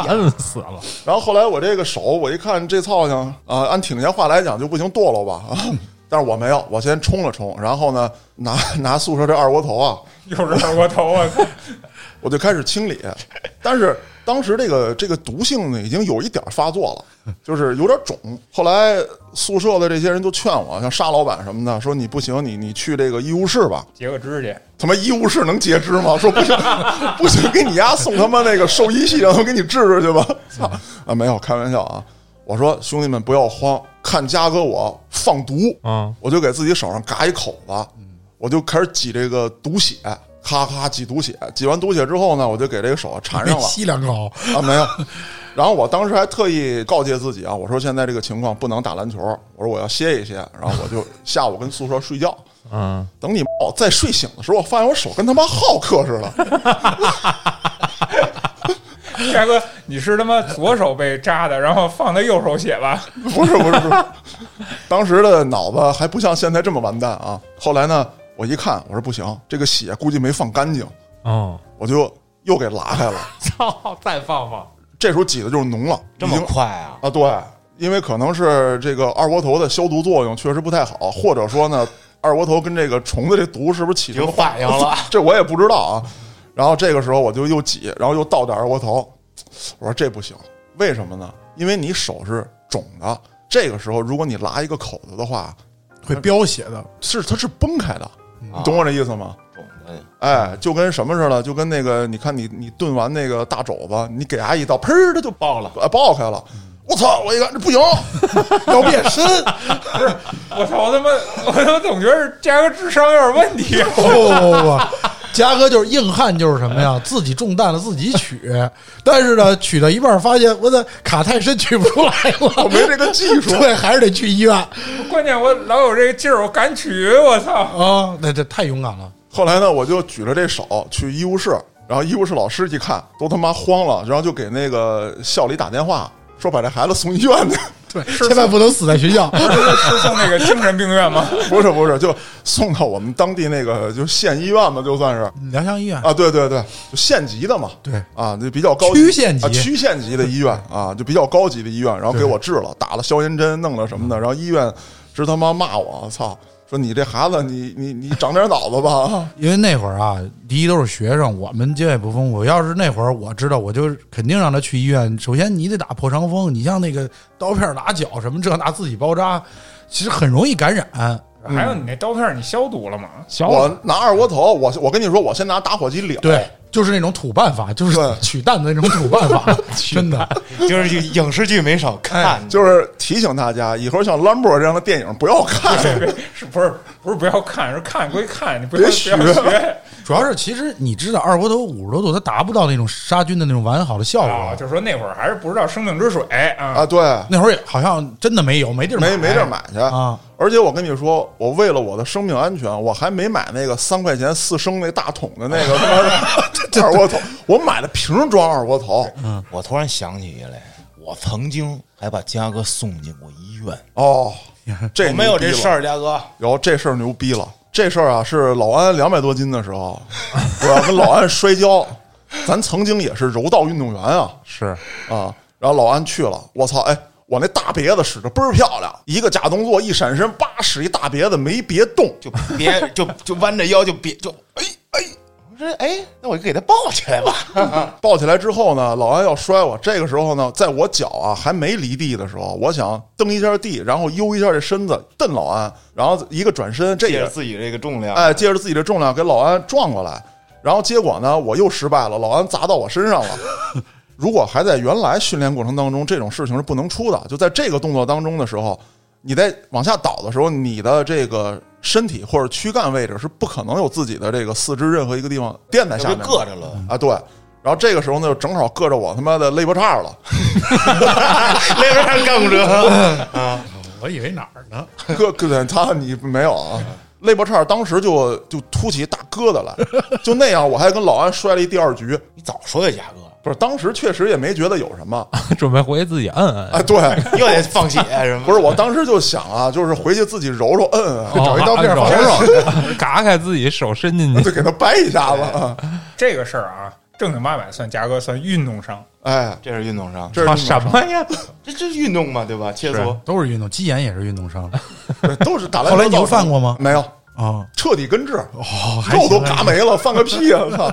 摁死了。然后后来我这个手，我一看这操性啊，按挺爷话来讲就不行剁了吧 啊，但是我没有，我先冲了冲，然后呢拿 拿宿舍这二锅头啊，又是二锅头啊！我就开始清理，但是当时这个这个毒性呢，已经有一点发作了，就是有点肿。后来宿舍的这些人都劝我，像沙老板什么的，说你不行，你你去这个医务室吧。截个指去，他妈医务室能截肢吗？说不行， 不行，给你丫送他妈那个兽医系，让他给你治治去吧。操啊，没有开玩笑啊！我说兄弟们不要慌，看嘉哥我放毒，嗯，我就给自己手上嘎一口子，我就开始挤这个毒血，咔咔挤毒血，挤完毒血之后呢，我就给这个手缠上了吸两口， 啊，没有。然后我当时还特意告诫自己啊，我说现在这个情况不能打篮球，我说我要歇一歇，然后我就下午跟宿舍睡觉。嗯，等你哦再睡醒的时候，我发现我手跟他妈浩克似的，嘉哥，你是他妈左手被扎的，然后放在右手写吧？不是不是不是，当时的脑子还不像现在这么完蛋啊。后来呢，我一看，我说不行，这个血估计没放干净，哦，我就又给拉开了。操，再放放。这时候挤的就是脓了，这已么经快啊！啊？对，因为可能是这个二锅头的消毒作用确实不太好，或者说呢，二锅头跟这个虫子这毒是不是起什么有反应了？ 这我也不知道啊。然后这个时候我就又挤，然后又倒点二锅头，我说这不行，为什么呢？因为你手是肿的，这个时候如果你拉一个口子的话，会飙血的。是它是崩开的，啊你懂我这意思吗？肿的哎，就跟什么似的，就跟那个，你看你你炖完那个大肘子，你给它一刀，砰儿，它就 爆了，哎爆开了。我操！我一看这不行，要变身。 我操！我他妈，我他妈总觉得嘉哥智商有点问题。 不不不，哦嘉哥就是硬汉，就是什么呀？自己中弹了自己取，但是呢，取到一半儿发现我的卡太深取不出来我了，没这个技 术。对，还是得去医院关键我老有这劲儿，我敢取，我操！啊！那这太勇敢了。后来呢，我就举着这手去医务室，然后医务室老师一看都他妈慌了，然后就给那个校里打电话说把这孩子送医院 去。对，千万不能死在学校。不是是送那个精神病院吗？不是不是，就送到我们当地那个就县医院吧，就算是良乡医院，啊，对对对，就县级的嘛。对，啊，就比较高区县级啊，区县级的医院啊，就比较高级的医院，然后给我治了，打了消炎针，弄了什嗯么的，然后医院直他妈骂我，操！说你这孩子，你你你长点脑子吧！因为那会儿啊，第一都是学生，我们经验不丰富。要是那会儿我知道，我就肯定让他去医院。首先你得打破伤风，你像那个刀片打脚什么这那自己包扎，其实很容易感染。还有你那刀片儿，你消毒了吗？ 小伙我拿二锅头，我我跟你说，我先拿打火机燎，嗯对，就是那种土办法，就是对取蛋的那种土办法，真的。 就是影视剧没少看，就是提醒大家，以后像兰博这样的电影不要看。别别，是不是不是不要看，是看归看，你不要别不要学学主要是其实你知道，二锅头五十多度，它达不到那种杀菌的那种完好的效果。啊！就是说那会儿还是不知道生命之水啊，啊，对，那会儿也好像真的没有，没地儿没没地儿买买去啊！而且我跟你说，我为了我的生命安全，我还没买那个三块钱四升那大桶的那 个他妈的二锅头，我买的瓶装二锅头。我突然想起来，我曾经还把嘉哥送进过医院，哦，哎这我没有牛逼这了事儿，嘉哥。有这事儿牛逼了。这事儿啊，是老安两百多斤的时候，我要跟老安摔跤。咱曾经也是柔道运动员啊是啊！然后老安去了，我操！哎，我那大别子使的倍儿漂亮，一个假动作，一闪身，叭使一大别子，没别动。就别 就就弯着腰就别就哎哎，我说哎，那我就给他抱起来吧。抱起来之后呢，老安要摔我。这个时候呢，在我脚啊还没离地的时候，我想蹬一下地，然后悠一下这身子，蹬老安，然后一个转身，这借着也自己这个啊重量，哎，借着自己的重量给老安撞过来，然后结果呢，我又失败了，老安砸到我身 上了。如果还在原来训练过程当中，这种事情是不能出的。就在这个动作当中的时候，你在往下倒的时候，你的这个身体或者躯干位置是不可能有自己的这个四肢任何一个地方垫在就下被面的。硌着了，啊，对。然后这个时候呢，正好硌着我他妈的肋巴叉了， 那边还干不着。我以为哪儿呢？硌硌的他你没有啊？肋巴叉当时就就凸起一大疙瘩来，就那样，我还跟老安摔了一第二局。你早说呀，嘉哥，不是，当时确实也没觉得有什么 准备回去自己摁摁 啊。对， 又得放血什么？不是，我当时就想啊，就是回去自己揉揉摁啊摁，找一刀片儿缝上， 嘎开自己手伸 进去就，给他掰一下子。啊嗯这个事儿啊，正经八百算嘉哥算运 动伤，哎，这是运动伤，这啊是什么呀？这这是运动嘛，对吧？切磋，都是运动，鸡眼也是运动伤啊、对都是打篮球。后来你又犯过吗没有，哦彻底根治，还肉都行嘎没了，犯个屁呀！我操，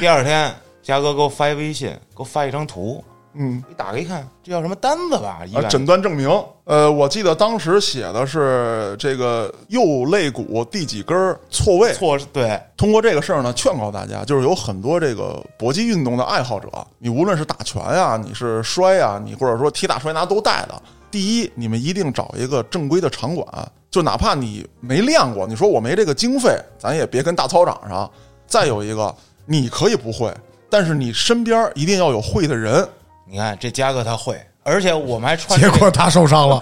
第二天嘉哥给我发一微信，给我发一张图，嗯。你打开一看，这叫什么单子吧？医啊，院诊断证明。呃，我记得当时写的是这个右肋骨第几根儿错位。错是对，通过这个事儿呢，劝告大家，就是有很多这个搏击运动的爱好者，你无论是打拳呀、你是摔呀、你或者说踢打摔拿都带的。第一，你们一定找一个正规的场馆，就哪怕你没练过，你说我没这个经费，咱也别跟大操场上。再有一个，你可以不会，但是你身边一定要有会的人。你看这嘉哥他会，而且我们还穿着结果他受伤了，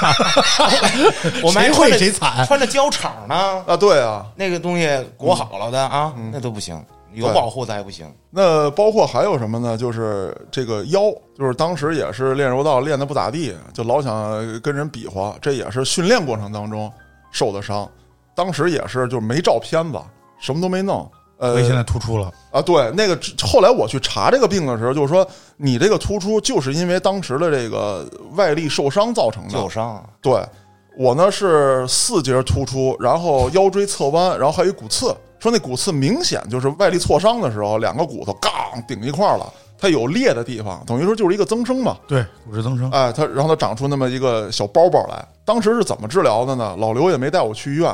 我们还呃谁穿会着谁惨。穿着胶场呢，啊，对啊，那个东西裹好了的啊，嗯那都不行，有保护的还不行。那包括还有什么呢？就是这个腰，就是当时也是练柔道练的不咋地，就老想跟人比划，这也是训练过程当中受的伤。当时也是就没照片子，什么都没弄。呃所以现在突出了，啊，对，那个后来我去查这个病的时候，就是说你这个突出就是因为当时的这个外力受伤造嗯成的，旧伤，对我呢是四节突出，然后腰椎侧弯，然后还有一骨刺。说那骨刺明显就是外力挫伤的时候，两个骨头杠顶一块儿了，它有裂的地方，等于说就是一个增生嘛。对骨质增生，哎，它然后它长出那么一个小包包来。当时是怎么治疗的呢？老刘也没带我去医院，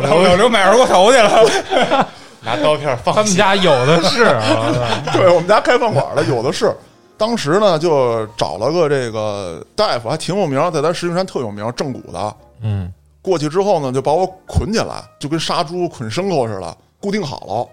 老刘刘刘买二锅头去了，拿刀片放他们家有的是，啊我操对我们家开饭馆的有的是。当时呢，就找了个这个大夫，还挺有名，在咱石景山特有名，正骨的。嗯，过去之后呢，就把我捆起来，就跟杀猪捆牲口似的，固定好了。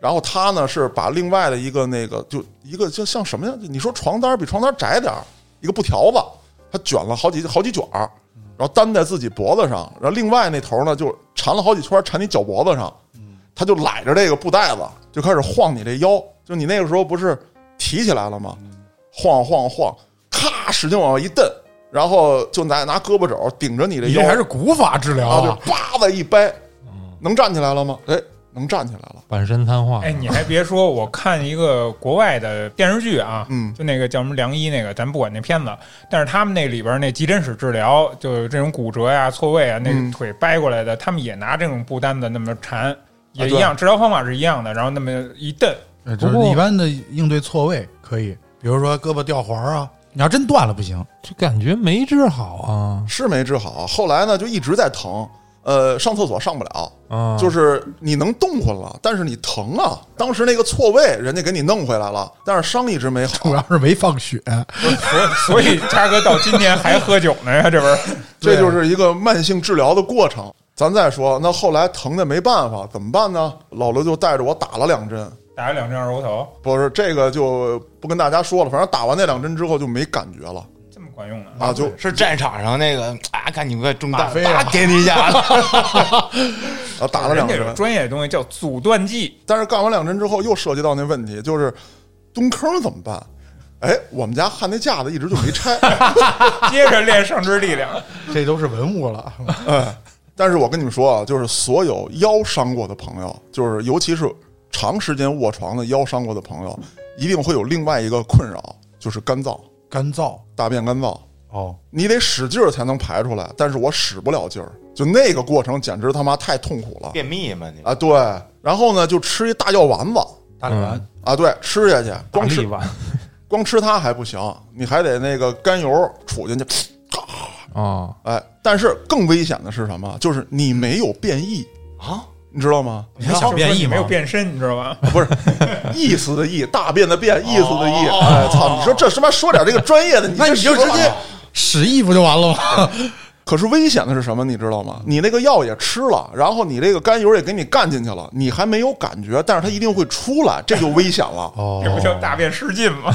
然后他呢是把另外的一个那个，就一个就像什么呀？你说床单儿比床单儿窄点儿，一个布条子，他卷了好几好几卷儿，然后担在自己脖子上，然后另外那头呢就缠了好几圈儿缠你脚脖子上。他就揽着这个布袋子就开始晃你这腰，就你那个时候不是提起来了吗？晃晃晃，咔，使劲往外一蹬，然后就拿拿胳膊肘顶着你这你腰这，还是古法治疗然后就啊？叭的一掰，能站起来了吗？哎，能站起来了。半身瘫痪。哎，你还别说，我看一个国外的电视剧啊，嗯就那个叫什么良医那个，咱不管那片子，但是他们那里边那急诊室治疗，就是这种骨折呀、错位啊，那嗯个腿掰过来的，他们也拿这种布单子那么缠，也一啊对样，治疗方法是一样的，然后那么一蹬， 呃就是不过一般的应对错位可以，比如说胳膊吊环啊，你要真断了不行，就感觉没治好啊是没治好。后来呢，就一直在疼，呃，上厕所上不了，啊！就是你能动弹了，但是你疼啊。当时那个错位，人家给你弄回来了，但是伤一直没好主。要是没放血。所以所以嘉哥到今天还喝酒呢呀，这不是？这就是一个慢性治疗的过程。咱再说，那后来疼的没办法，怎么办呢？老刘就带着我打了两针，打了两针二锅头，不是这个就不跟大家说了。反正打完那两针之后就没感觉了这么管用呢？啊，就是战场上那个啊，看你快中打弹飞啪了给你一下子，啊打了两人针家有，专业的东西叫阻断剂，但是干完两针之后，又涉及到那问题，就是蹲坑怎么办？哎，我们家焊那架子一直就没拆。接着练上肢 力量。这都是文物了，哎但是我跟你们说啊，就是所有腰伤过的朋友，就是尤其是长时间卧床的腰伤过的朋友，一定会有另外一个困扰，就是干燥，干燥大便干燥，哦，你得使劲儿才能排出来，但是我使不了劲儿，就那个过程简直他妈太痛苦了 便秘嘛你。啊！对，然后呢，就吃一大药丸子大力丸啊，对，吃下去，光吃力吧 光吃它还不行，你还得那个甘油杵进去，啊，哎，但是更危险的是什么？就是你没有变异啊，你知道吗？啊你想变异没有变身，你知道吗？不是 意思的意，大便的便，意思的意。哦哎，操！你说这什么说点这个专业的，你 那这你就什直么玩意接儿。使意不就完了吗？可是危险的是什么？你知道吗？你那个药也吃了，然后你这个甘油也给你干进去了，你还没有感觉，但是它一定会出来，这就危险了。哦这不叫大便失禁吗？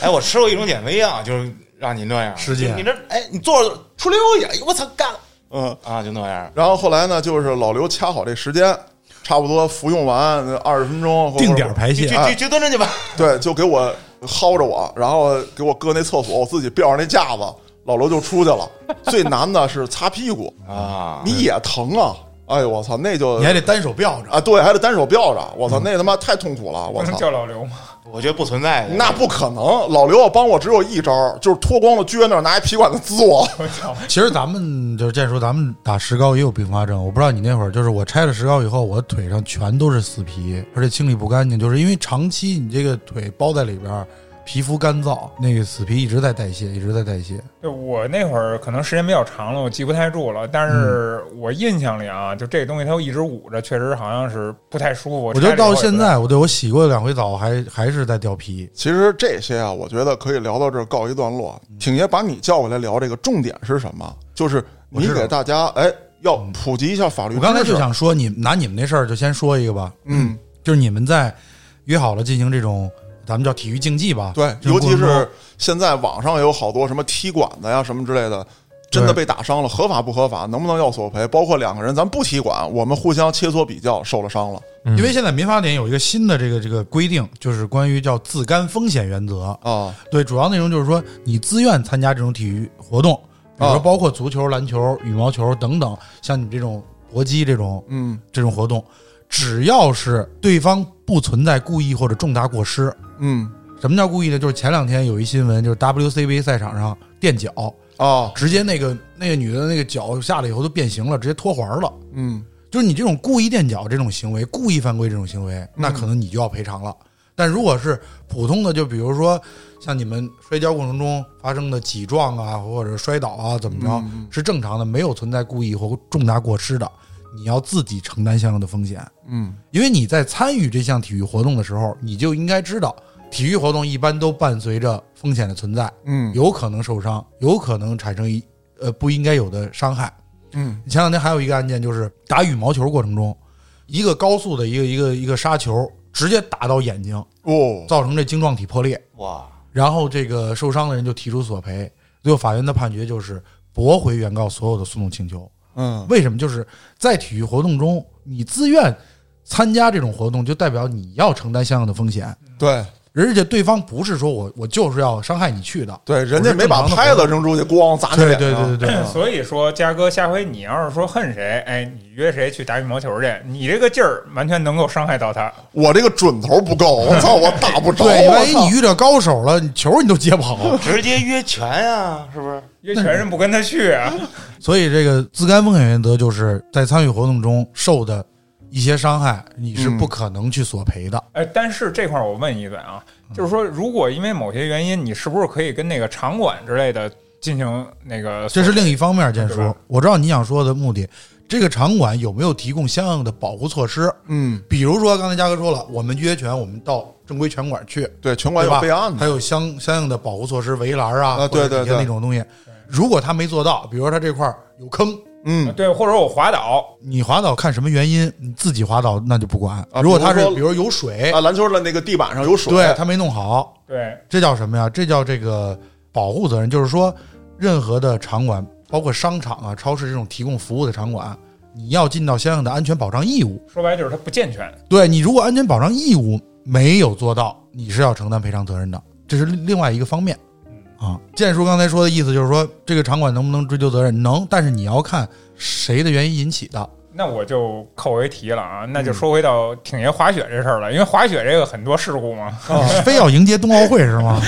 哎，我吃过一种减肥药，就是让你那样失禁就你这哎，你坐着出溜一下，哎呦我操干了嗯，啊，就那样。然后后来呢，就是老刘掐好这时间，差不多服用完呃二十分钟，或者定点排去泄去，去去蹲着去吧，对，就给我薅着我，然后给我搁那厕所，我自己吊上那架子，老刘就出去 了。最难的是擦屁股，啊，你也疼啊！哎呦我操，那就你还得嗯单手吊着。啊，对，还得单手吊着，我操，那他妈太痛苦了，我 不能操！叫老刘吗？我觉得不存 在的。那不可能，老刘要帮我只有一招，就是脱光了撅那儿拿一皮管子滋我。我操！其实咱们就是这样说，咱们打石膏也有并发症。我不知道你那会儿，就是我拆了石膏以后，我腿上全都是死皮，而且清理不干净，就是因为长期你这个腿包在里边儿，皮肤干燥，那个死皮一直在代谢，一直在代谢。就我那会儿可能时间比较长了，我记不太住了。但是嗯我印象里啊，就这东西它又一直捂着，确实好像是不太舒服。我我觉得到现，在，我对我洗过两回澡，还还是在掉皮。其实这些啊，我觉得可以聊到这儿告一段落。嗯挺爷把你叫过来聊这个重点是什么？就是你我知道嗯给大家哎要普及一下法律我刚才知识就想说，你拿你们那事儿就先说一个吧，嗯，就是你们在约好了进行这种咱们叫体育竞技吧，对，这种尤过其程中是现在网上也有好多什么踢馆子呀什么之类的，真的被打伤了，合法不合法，能不能要索赔？包括两个人，咱不踢馆，我们互相切磋比较，受了伤了嗯因为现在民法典有一个新的这个这个规定，就是关于叫自甘风险原则。啊，对，主要内容就是说你自愿参加这种体育活动，比如啊说包括足球、篮球、羽毛球等等，像你们这种搏击这种嗯这种活动，只要是对方不存在故意或者重大过失。嗯什么叫故意呢？就是前两天有一新闻，就是 WCB 赛场上垫脚，啊，直接那个那个女的那个脚下来以后都变形了，直接脱环了。嗯就是你这种故意垫脚这种行为，故意犯规这种行嗯为，那可能你就要赔偿了。但如果是普通的，就比如说像你们摔跤过程中发生的挤撞啊，或者摔倒啊，怎么着、嗯嗯是正常的，没有存在故意或重大过失的，你要自己承担相应的风险。嗯因为你在参与这项体育活动的时候，你就应该知道，体育活动一般都伴随着风险的存在，嗯有可能受伤，有可能产生一呃不应该有的伤害。嗯前两天还有一个案件，就是打羽毛球过程中，一个高速的一个一个一个杀球，直接打到眼睛，哦，造成这晶状体破裂，哇，然后这个受伤的人就提出索赔，最后法院的判决就是驳回原告所有的诉讼请求，嗯，为什么？就是在体育活动中，你自愿参加这种活动，就代表你要承担相应的风险，对而且对方不是说我我就是要伤害你去的，对，嗯人家没把拍子扔出去，咣砸你对脸对对上。对对，所以说，嘉哥，下回你要是说恨谁，哎，你约谁去打羽毛球去，你这个劲儿完全能够伤害到他。我这个准头不够，我操，我打不着。对，哦我万一操你遇着高手了，你球你都接不好。 直接约拳啊，是不是？约全人不跟他去啊，嗯所以这个自甘风险原则就是在参与活动中受的一些伤害，你是不可能去索赔嗯的。 哎，但是这块儿我问一嘴啊，就是说，如果因为某些原因，你是不是可以跟那个场馆之类的进行那个？这是另一方面，建对叔吧，我知道你想说的目的，这个场馆有没有提供相应的保护措施？嗯，比如说刚才嘉哥说了，我们约拳，我们到正规拳馆去，对，拳馆对有吧备案？它的，有相相应的保护措施，围栏啊，啊对或者对底下对那种东西。如果他没做到，比如说他这块儿有坑，嗯，对，或者我滑倒，你滑倒看什么原因，你自己滑倒那就不管。啊如果他是比比如如有水，啊，篮哎球的那个地板上有水，对他没弄好，对，这叫什么呀？这叫这个保护责任，就是说，任何的场馆，包括商场啊、超市这种提供服务的场馆，你要尽到相应的安全保障义务。说白了就是他不健全。对你，如果安全保障义务没有做到，你是要承担赔偿责任的，嗯这是另另外一个方面。啊，建叔刚才说的意思就是说，这个场馆能不能追究责任？能，但是你要看谁的原因引起的。那我就扣回题了啊，那就说回到挺爷滑雪这事儿了，因为滑雪这个很多事故嘛，哦 非要迎接冬奥会是吗？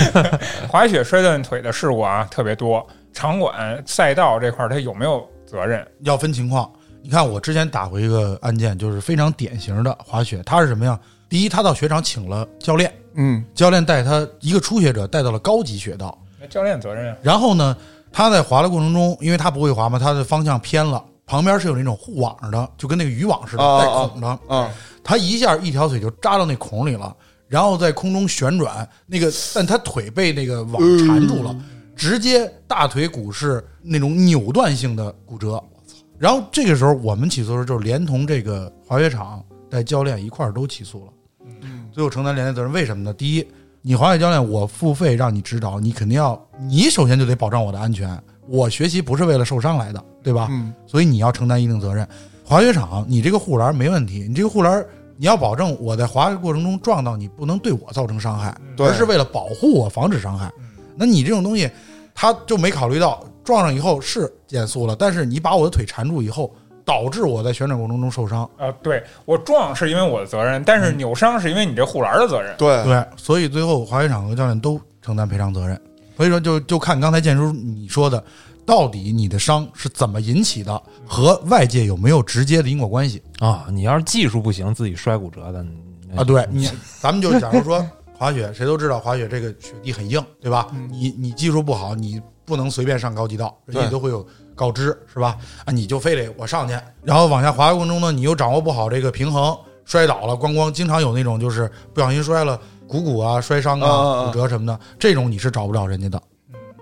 滑雪摔断腿的事故啊特别多，场馆、赛道这块儿他有没有责任？要分情况。你看，我之前打过一个案件，就是非常典型的滑雪，他是什么呀？第一，他到雪场请了教练，嗯，教练带他一个初学者带到了高级雪道，那教练责任啊，然后呢，他在滑的过程中，因为他不会滑嘛，他的方向偏了，旁边是有那种护网的，就跟那个渔网似的，啊带啊孔的，啊，他一下一条腿就扎到那孔里了，然后在空中旋转，那个但他腿被那个网缠住了，直接大腿骨是那种扭断性的骨折。然后这个时候我们起诉的时候，就是连同这个滑雪场带教练一块儿都起诉了，嗯最后承担连带责任。为什么呢？第一，你滑雪教练我付费让你指导，你肯定要，你首先就得保障我的安全。我学习不是为了受伤来的，对吧？嗯，所以你要承担一定责任。滑雪场，你这个护栏没问题，你这个护栏你要保证我在滑的过程中撞到你，不能对我造成伤害，嗯对而是为了保护我，防止伤害。那你这种东西，他就没考虑到撞上以后是减速了，但是你把我的腿缠住以后，导致我在旋转过程中受伤。啊、对我撞是因为我的责任，但是扭伤是因为你这护栏的责任。对，对，所以最后滑雪场和教练都承担赔偿责任。所以说就，就看刚才建叔你说的，到底你的伤是怎么引起的，和外界有没有直接的因果关系。啊，你要是技术不行，自己摔骨折的你啊，对你， 咱们就假如说 滑雪，谁都知道滑雪这个雪地很硬，对吧？你你技术不好，你不能随便上高级道，人家对都会有告知，是吧？啊，你就非得我上去，然后往下滑的过程中呢，你又掌握不好这个平衡，摔倒了，咣咣，经常有那种就是不小心摔了股骨啊、摔伤啊啊啊、嗯啊骨折什么的，这种你是找不了人家的，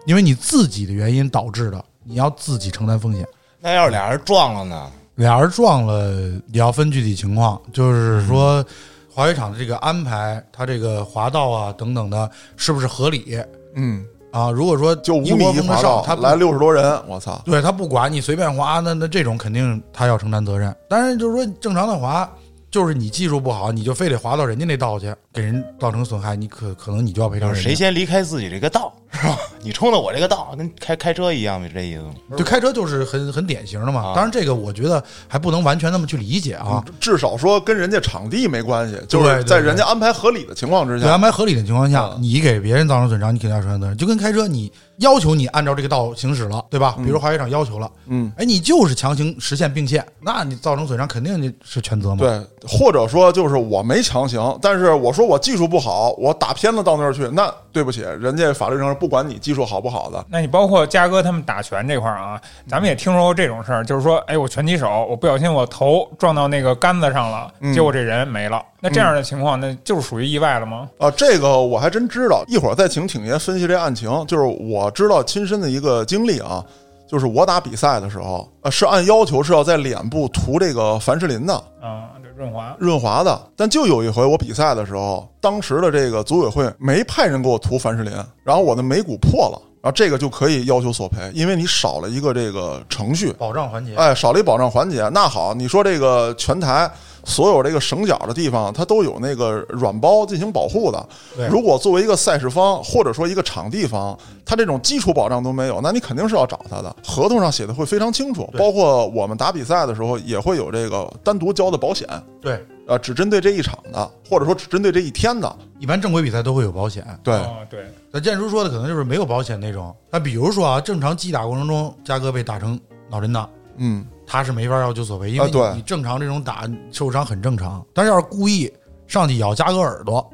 因为你自己的原因导致的，你要自己承担风险。那要是俩人撞了呢？俩人撞了也要分具体情况，就是嗯说滑雪场的这个安排，它这个滑道啊等等的，是不是合理嗯，啊？如果说就五一窝米蜂的滑上道，他来六十多人，我操，对他不管你随便滑，那那这种肯定他要承担责任。当然就是说正常的滑，就是你技术不好，你就非得滑到人家那道去，给人造成损害，你可可能你就要赔偿就人是家谁先离开自己这个道，是吧？你冲到我这个道，跟开开车一样，是这意思吗？就开车就是很很典型的嘛。啊当然这个我觉得还不能完全那么去理解啊。至少说跟人家场地没关系，就是对在人家安排合理的情况之对安下，排合理的情况下啊，你给别人造成损伤，你肯定要承担责任。就跟开车，你要求你按照这个道行驶了，对吧？比如滑雪场要求了，嗯，哎，你就是强行实现并线，那你造成损伤肯定你是全责嘛。对，或者说就是我没强行，但是我说我技术不好，我打偏了到那儿去，那对不起，人家法律上是不管你技术好不好的，那你包括嘉哥他们打拳这块儿啊，咱们也听说过这种事儿，就是说，哎，我拳击手，我不小心我头撞到那个杆子上了，结果这人没了。那这样的情况，那就是属于意外了吗？啊，这个我还真知道，一会儿再请挺爷分析这案情。就是我知道亲身的一个经历啊，就是我打比赛的时候，呃，是按要求是要在脸部涂这个凡士林的啊，这润滑润滑的，但就有一回我比赛的时候，当时的这个组委会没派人给我涂凡士林，然后我的眉骨破了，然后这个就可以要求索赔，因为你少了一个这个程序，保障环节，哎，少了一保障环节。那好，你说这个全台所有这个省角的地方，它都有那个软包进行保护的对。如果作为一个赛事方或者说一个场地方，它这种基础保障都没有，那你肯定是要找他的。合同上写的会非常清楚，对包括我们打比赛的时候也会有这个单独交的保险，对，呃，只针对这一场的，或者说只针对这一天的。一般正规比赛都会有保险。对，哦，对，那建叔说的可能就是没有保险那种。那比如说啊，正常击打过程中，嘉哥被打成脑震荡，嗯，他是没法要求索赔，因为啊对你你正常这种打受伤很正常。但是要是故意上去咬嘉哥耳朵，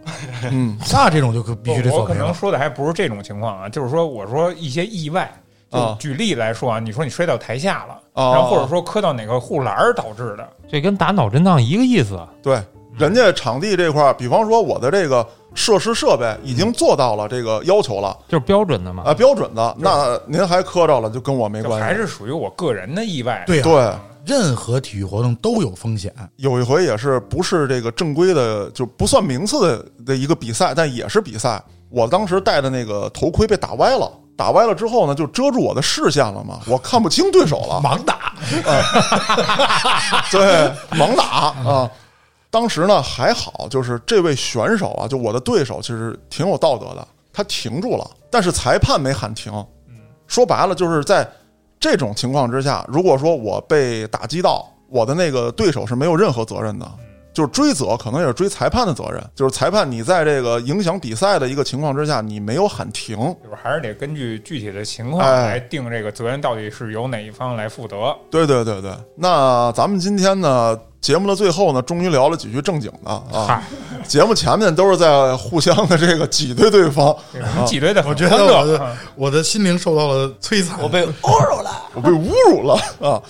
嗯，那这种就可必须得我索可赔能了。说的还不是这种情况啊，就是说我说一些意外。就啊举例来说啊，你说你摔到台下了，哦然后或者说磕到哪个护栏儿导致的，这跟打脑震荡一个意思啊。对，人家场地这块儿，比方说我的这个设施设备已嗯经做到了这个要求了。就是标准的嘛。啊，标准的，那您还磕着了，就跟我没就关系。还是属于我个人的意外。对啊，对，任何体育活动都有风险。有一回也是不是这个正规的，就不算名次的的一个比赛，但也是比赛。我当时戴的那个头盔被打歪了，打歪了之后呢，就遮住我的视线了 嘛，我看不清对手了。盲打， 对，猛打啊！当时呢还好，就是这位选手啊，就我的对手，其实挺有道德的，他停住了，但是裁判没喊停。嗯说白了，就是在这种情况之下，如果说我被打击到，我的那个对手是没有任何责任的。就是追责，可能也是追裁判的责任。就是裁判，你在这个影响比赛的一个情况之下，你没有喊停，就是还是得根据具体的情况哎来定这个责任到底是由哪一方来负责。对对对对，那咱们今天呢，节目的最后呢，终于聊了几句正经的啊。节目前面都是在互相的这个挤兑对方，这个挤兑的很啊我觉欢得我乐的啊 我的心灵受到了摧残。我被我被侮辱了啊。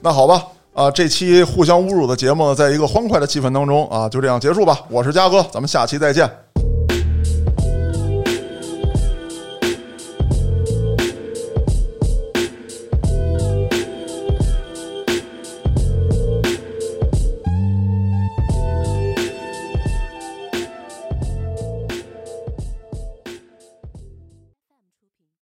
那好吧，啊，这期互相侮辱的节目呢，在一个欢快的气氛当中啊，就这样结束吧。我是嘉哥，咱们下期再见，